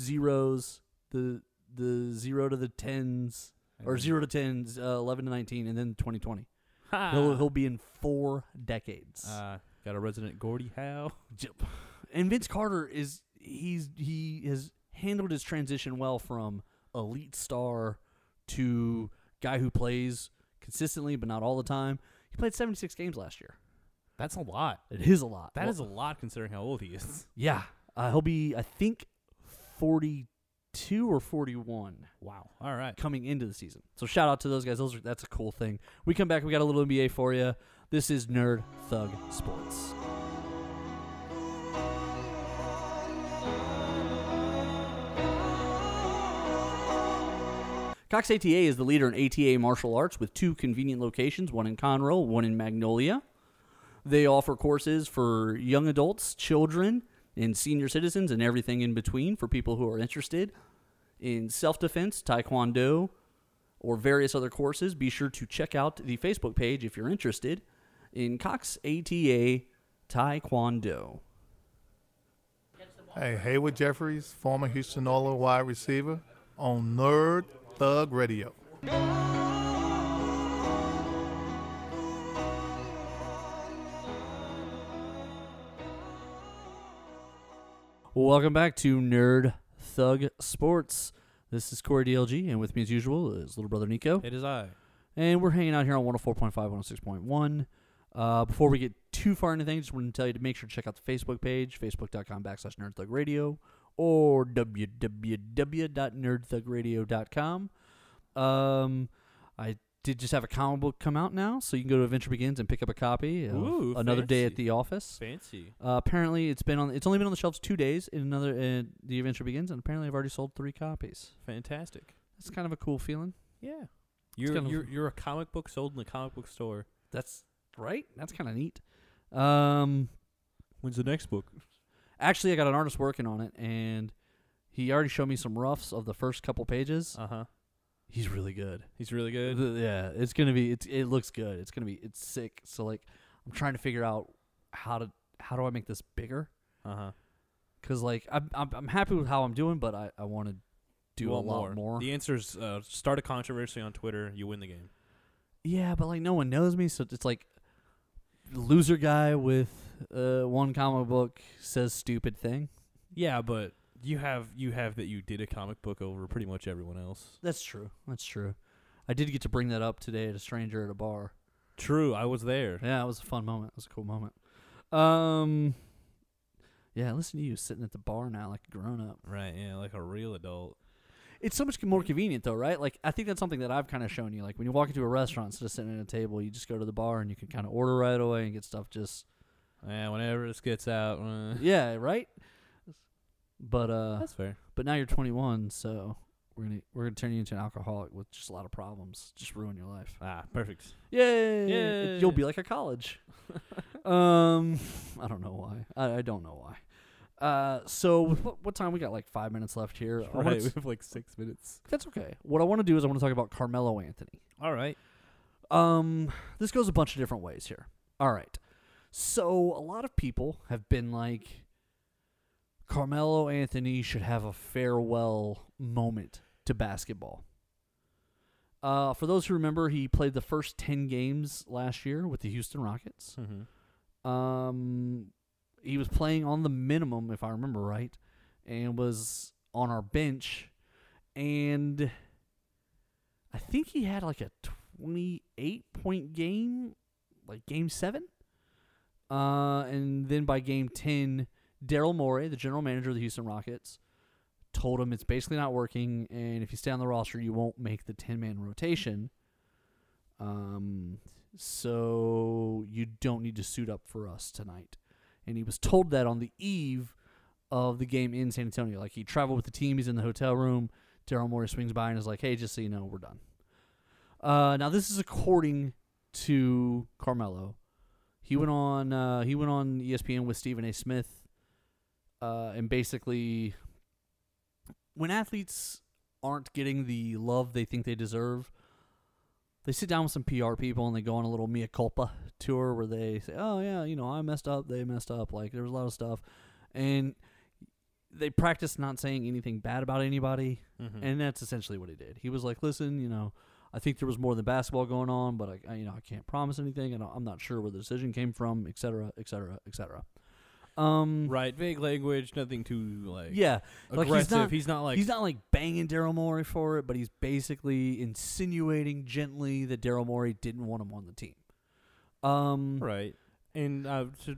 Speaker 1: zeros, the the zero to the tens, or zero to tens, uh, 11 to 19, and then 2020.
Speaker 2: Ha!
Speaker 1: He'll, he'll be in four decades.
Speaker 2: uh, got a resident Gordy Howe.
Speaker 1: Yep. And Vince Carter is he's he has handled his transition well from elite star to guy who plays consistently but not all the time. He played 76 games last year.
Speaker 2: That's a lot.
Speaker 1: It is a lot.
Speaker 2: That is
Speaker 1: Well,
Speaker 2: a lot considering how old he is.
Speaker 1: yeah. Uh, he'll be I think 42 or 41
Speaker 2: Wow. All right.
Speaker 1: coming into the season. So shout out to those guys. Those are, that's a cool thing. We come back. We got a little NBA for you. This is Nerd Thug Sports. Cox ATA is the leader in ATA martial arts with two convenient locations, one in Conroe, one in Magnolia. They offer courses for young adults, children, and senior citizens, and everything in between for people who are interested in self defense, taekwondo, or various other courses, be sure to check out the Facebook page if you're interested in Cox ATA Taekwondo.
Speaker 5: Hey, Hayward Jeffries, former Houston Oilers wide receiver, on Nerd Thug Radio.
Speaker 1: Welcome back to Nerd Thug Sports. This is Corey DLG, and with me as usual is little brother Nico.
Speaker 2: It is uh, I.
Speaker 1: And we're hanging out here on 104.5, 106.1. Uh, before we get too far into things, just want to tell you to make sure to check out the Facebook page, facebook.com backslash nerdthugradio or www.nerdthugradio.com. Um, I did just have a comic book come out now, so you can go to Adventure Begins and pick up a copy of
Speaker 2: Ooh,
Speaker 1: Another Day at
Speaker 2: fancy.
Speaker 1: the Office.
Speaker 2: Fancy.
Speaker 1: Uh, apparently, it's been on. It's only been on the shelves two days. In another, uh, the adventure begins, and apparently, I've already sold three copies.
Speaker 2: Fantastic.
Speaker 1: That's kind of a cool feeling.
Speaker 2: Yeah. You're
Speaker 1: kind of-
Speaker 2: you're you're a comic book sold in the comic book store.
Speaker 1: That's right. That's kind of neat. Um,
Speaker 2: When's the next book?
Speaker 1: Actually, I got an artist working on it, and he already showed me some roughs of the first couple pages.
Speaker 2: Uh huh.
Speaker 1: He's really good.
Speaker 2: He's really
Speaker 1: Th-
Speaker 2: good.
Speaker 1: Yeah, it's gonna be. It's it looks good. It's gonna be. It's sick. So like, I'm trying to figure out how to how do I make this bigger?
Speaker 2: Uh huh.
Speaker 1: Cause like I'm I'm, I'm happy with how I'm doing, but I I want to do a lot more.
Speaker 2: The answer is uh, start a controversy on Twitter. You win the game.
Speaker 1: Yeah, but like no one knows me, so it's like loser guy with uh one comic book says stupid thing.
Speaker 2: Yeah, but you have you have that you did a comic book over pretty much everyone else.
Speaker 1: That's true. That's true. I did get to bring that up today at a stranger at a bar.
Speaker 2: True, I was there.
Speaker 1: Yeah, it was a fun moment. It was a cool moment. Um, yeah, listen to you sitting at the bar now like a grown up.
Speaker 2: Right, yeah, like a real adult.
Speaker 1: It's so much more convenient though, right? Like I think that's something that I've kind of shown you. Like when you walk into a restaurant instead of sitting at a table, you just go to the bar and you can kind of order right away and get stuff just
Speaker 2: Yeah, whenever this gets out, uh,
Speaker 1: yeah, right. But uh,
Speaker 2: that's fair.
Speaker 1: but now you're 21, so we're gonna we're gonna turn you into an alcoholic with just a lot of problems. Just ruin your life.
Speaker 2: Ah, perfect.
Speaker 1: Yay! It- You'll
Speaker 2: Yay.
Speaker 1: be like a college. um, I don't know why. I, I don't know why. Uh, so what, what time we got? Like five minutes left here. I wanna
Speaker 2: Right, we
Speaker 1: s-
Speaker 2: have like six minutes.
Speaker 1: that's okay. What I want to do is I want to talk about Carmelo Anthony.
Speaker 2: All right.
Speaker 1: Um, this goes a bunch of different ways here. All right. So a lot of people have been like, Carmelo Anthony should have a farewell moment to basketball. Uh, for those who remember, he played the first ten games last year with the Houston Rockets.
Speaker 2: Mm-hmm.
Speaker 1: Um, he was playing on the minimum, if I remember right, and was on our bench. And I think he had like a 28 point game, like game seven. Uh, and then by game 10, Daryl Morey, the general manager of the Houston Rockets, told him it's basically not working. And if you stay on the roster, you won't make the 10 man rotation. Um, so you don't need to suit up for us tonight. And he was told that on the eve of the game in San Antonio. Like he traveled with the team, he's in the hotel room. Daryl Morey swings by and is like, "Hey, just so you know, we're done." Uh, now this is according to E Carmelo. He went on. Uh, he went on ESPN with Stephen A. Smith. uh, and basically, when athletes aren't getting the love they think they deserve, they sit down with some PR people and they go on a little mea culpa tour where they say, "Oh yeah, you know, I messed up. They messed up. Like there was a lot of stuff," and they practice not saying anything bad about anybody.
Speaker 2: Hmm.
Speaker 1: And that's essentially what he did. He was like, "Listen, you know, I think there was more than basketball going on, but I, I you know, I can't promise anything, and I'm not sure where the decision came from, et cetera, et cetera, et cetera." Um,
Speaker 2: Right, vague language, nothing too like
Speaker 1: yeah,
Speaker 2: aggressive.
Speaker 1: Like he's not,
Speaker 2: he's not like
Speaker 1: he's not like banging Daryl Morey for it, but he's basically insinuating gently that Daryl Morey didn't want him on the team. Um,
Speaker 2: right. And uh, so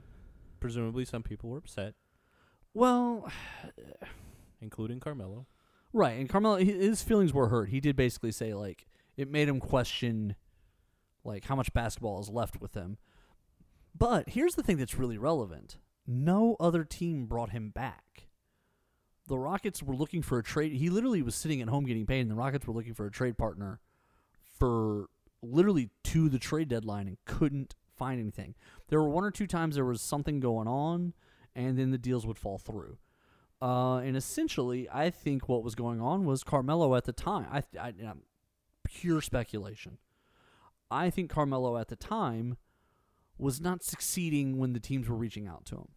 Speaker 2: presumably some people were upset,
Speaker 1: well,
Speaker 2: including Carmelo.
Speaker 1: right, and Carmelo, hi- his feelings were hurt. He did basically say like it made him question, like how much basketball is left with him. But here's the thing that's really relevant: no other team brought him back. The Rockets were looking for a trade. He literally was sitting at home getting paid, and the Rockets were looking for a trade partner for literally to the trade deadline and couldn't find anything. There were one or two times there was something going on, and then the deals would fall through. Uh, and essentially, I think what was going on was Carmelo at the time. I, I I'm- pure speculation. I think Carmelo at the time was not succeeding when the teams were reaching out to him.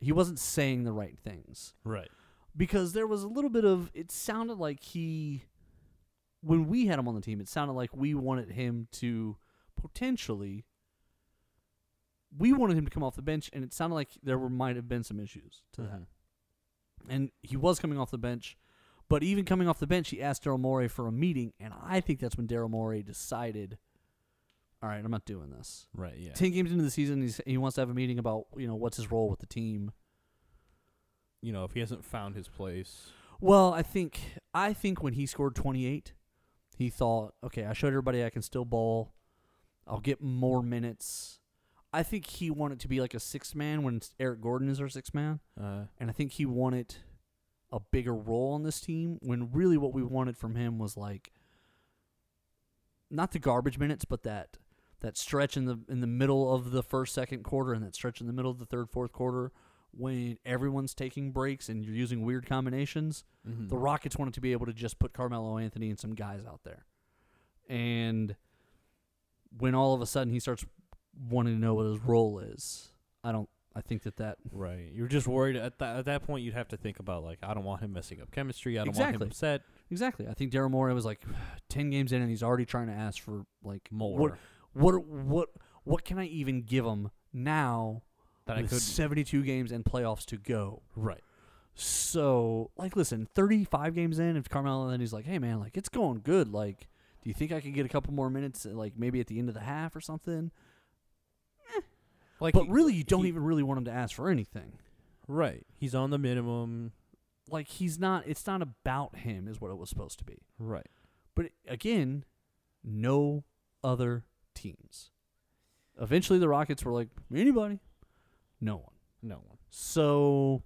Speaker 1: He wasn't saying the right things
Speaker 2: Right.
Speaker 1: because there was a little bit of it sounded like he when we had him on the team it sounded like we wanted him to potentially we wanted him to come off the bench and it sounded like there were, might have been some issues to that and he was coming off the bench but even coming off the bench he asked daryl morey for a meeting and i think that's when daryl morey decided all right i'm not doing this
Speaker 2: Right, yeah.
Speaker 1: 10 games into the season he's, he wants to have a meeting about you know what's his role with the team
Speaker 2: you know, if he hasn't found his place.
Speaker 1: Well, I think I think when he scored 28, he thought, "Okay, I showed everybody I can still ball. I'll get more minutes." I think he wanted to be like a six man when Eric Gordon is our six man,
Speaker 2: Uh,
Speaker 1: and I think he wanted a bigger role on this team when really what we wanted from him was like not the garbage minutes, but that that stretch in the in the middle of the first second quarter and that stretch in the middle of the third fourth quarter when everyone's taking breaks and you're using weird combinations. The Rockets wanted to be able to just put Carmelo Anthony and some guys out there. And when all of a sudden he starts wanting to know what his role is, I don't I think that that
Speaker 2: right. You're just worried at that at that point you'd have to think about like I don't want him messing up chemistry. I don't want
Speaker 1: Exactly.
Speaker 2: him upset
Speaker 1: Exactly. I think Daryl Morey was like ten games in, and he's already trying to ask for like
Speaker 2: more
Speaker 1: What what what, what can I even give him now?
Speaker 2: that I
Speaker 1: with
Speaker 2: could
Speaker 1: seventy-two games and playoffs to go.
Speaker 2: right.
Speaker 1: So like, listen, thirty-five games in, if Carmelo then he's like, hey man, like it's going good. Like, do you think I could get a couple more minutes? uh, Like maybe at the end of the half or something.
Speaker 2: Like
Speaker 1: But
Speaker 2: he-
Speaker 1: really, you don't
Speaker 2: he-
Speaker 1: even really want him to ask for anything.
Speaker 2: right. He's on the minimum.
Speaker 1: Like he's not. It's not about him, is what it was supposed to be.
Speaker 2: Right.
Speaker 1: But again, no other teams. Eventually, the Rockets were like, anybody? No one.
Speaker 2: No one.
Speaker 1: So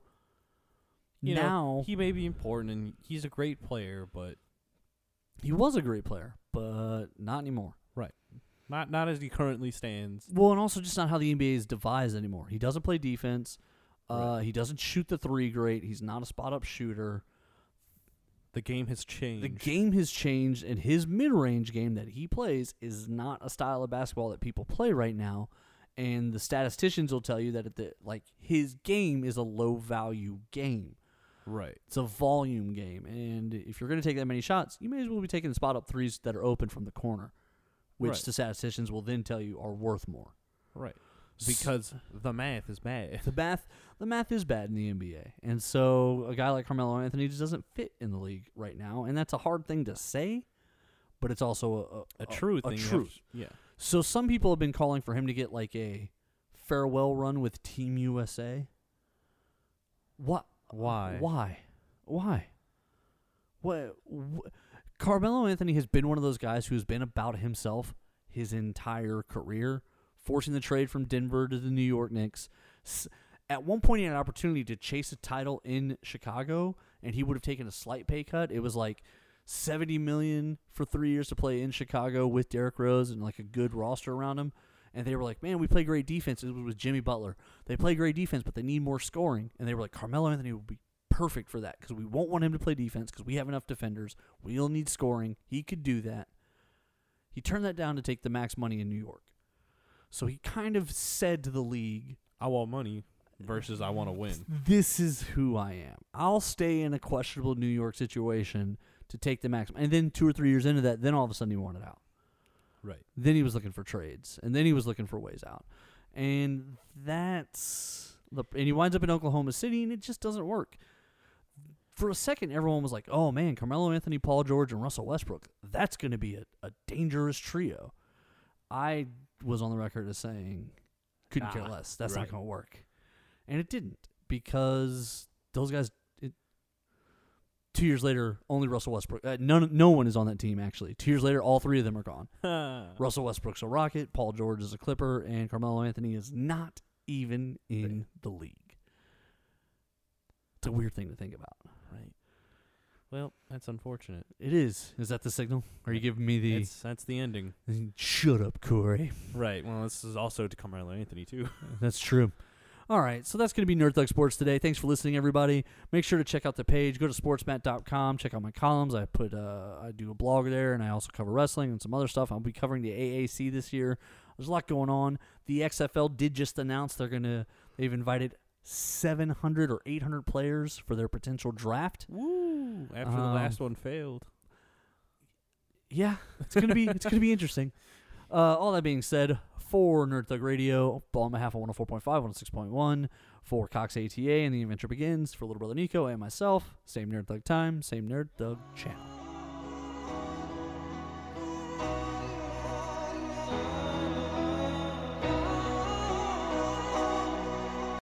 Speaker 2: You know,
Speaker 1: now
Speaker 2: he may be important and he's a great player, but
Speaker 1: he was a great player, but not anymore.
Speaker 2: not not as he currently stands.
Speaker 1: Well, and also just not how the NBA is devised anymore. He doesn't play defense. Uh, he doesn't shoot the three great. He's not a spot up shooter.
Speaker 2: The game has changed.
Speaker 1: The game has changed, and his mid range game that he plays is not a style of basketball that people play right now. And the statisticians will tell you that at the, like his game is a low value game.
Speaker 2: Right.
Speaker 1: It's a volume game, and if you're going to take that many shots, you may as well be taking spot up threes that are open from the corner, which
Speaker 2: Right.
Speaker 1: the statisticians will then tell you are worth more.
Speaker 2: Right. Because the math is bad.
Speaker 1: The math, the math is bad in the NBA, and so a guy like Carmelo Anthony just doesn't fit in the league right now, and that's a hard thing to say, but it's also a,
Speaker 2: A true thing.
Speaker 1: A
Speaker 2: you have
Speaker 1: truth.
Speaker 2: to- Yeah.
Speaker 1: So some people have been calling for him to get like a farewell run with Team USA. What?
Speaker 2: Why?
Speaker 1: Why? Why? What? wh- Carmelo Anthony has been one of those guys who's been about himself his entire career, forcing the trade from Denver to the New York Knicks. S- At one point, he had an opportunity to chase a title in Chicago, and he would have taken a slight pay cut. It was like seventy million for three years to play in Chicago with Derrick Rose and like a good roster around him. and they were like, "Man, we play great defense." It was with Jimmy Butler. They play great defense, but they need more scoring. And they were like, "Carmelo Anthony would be perfect for that because we won't want him to play defense because we have enough defenders. We'll need scoring. He could do that." He turned that down to take the max money in New York. So he kind of said to the league,
Speaker 2: I want money versus I want to win.
Speaker 1: this is who I am. I'll stay in a questionable New York situation to take the maximum. And then two or three years into that, then all of a sudden he wanted out.
Speaker 2: Right.
Speaker 1: Then he was looking for trades, and then he was looking for ways out. And that's the and he winds up in Oklahoma City, and it just doesn't work. For a second, everyone was like, "Oh man, Carmelo Anthony, Paul George, and Russell Westbrook. That's going to be a, a dangerous trio." I was on the record as saying, "Couldn't care
Speaker 2: Ah,
Speaker 1: less. That's not
Speaker 2: right.
Speaker 1: going to work." and it didn't because those guys. It, two years later, only Russell Westbrook. Uh, none, no one is on that team actually. Two years later, all three of them are gone. Russell Westbrook's a Rocket. Paul George is a Clipper, and Carmelo Anthony is not even in the league. It's a weird thing to think about.
Speaker 2: Right. Well, that's unfortunate.
Speaker 1: It is. Is that the signal? Are you giving me the
Speaker 2: That's that's the ending.
Speaker 1: shut up, Corey?
Speaker 2: Right. Well, this is also to Carmelo Anthony too.
Speaker 1: That's true. All right, so that's going to be Nerd Thug Sports today. Thanks for listening, everybody. Make sure to check out the page. Go to sportsmat.com. Check out my columns. I put uh, I do a blog there, and I also cover wrestling and some other stuff. I'll be covering the AAC this year. There's a lot going on. The XFL did just announce they're going to they've invited 700 or 800 players for their potential draft.
Speaker 2: Woo! After the
Speaker 1: Um,
Speaker 2: last one failed.
Speaker 1: Yeah, it's gonna be it's gonna be interesting. Uh, all that being said, for Nerd Thug Radio, on behalf of 104.5, 106.1, for Cox ATA and the adventure begins, for Little Brother Nico and myself, same Nerd Thug time, same Nerd Thug channel.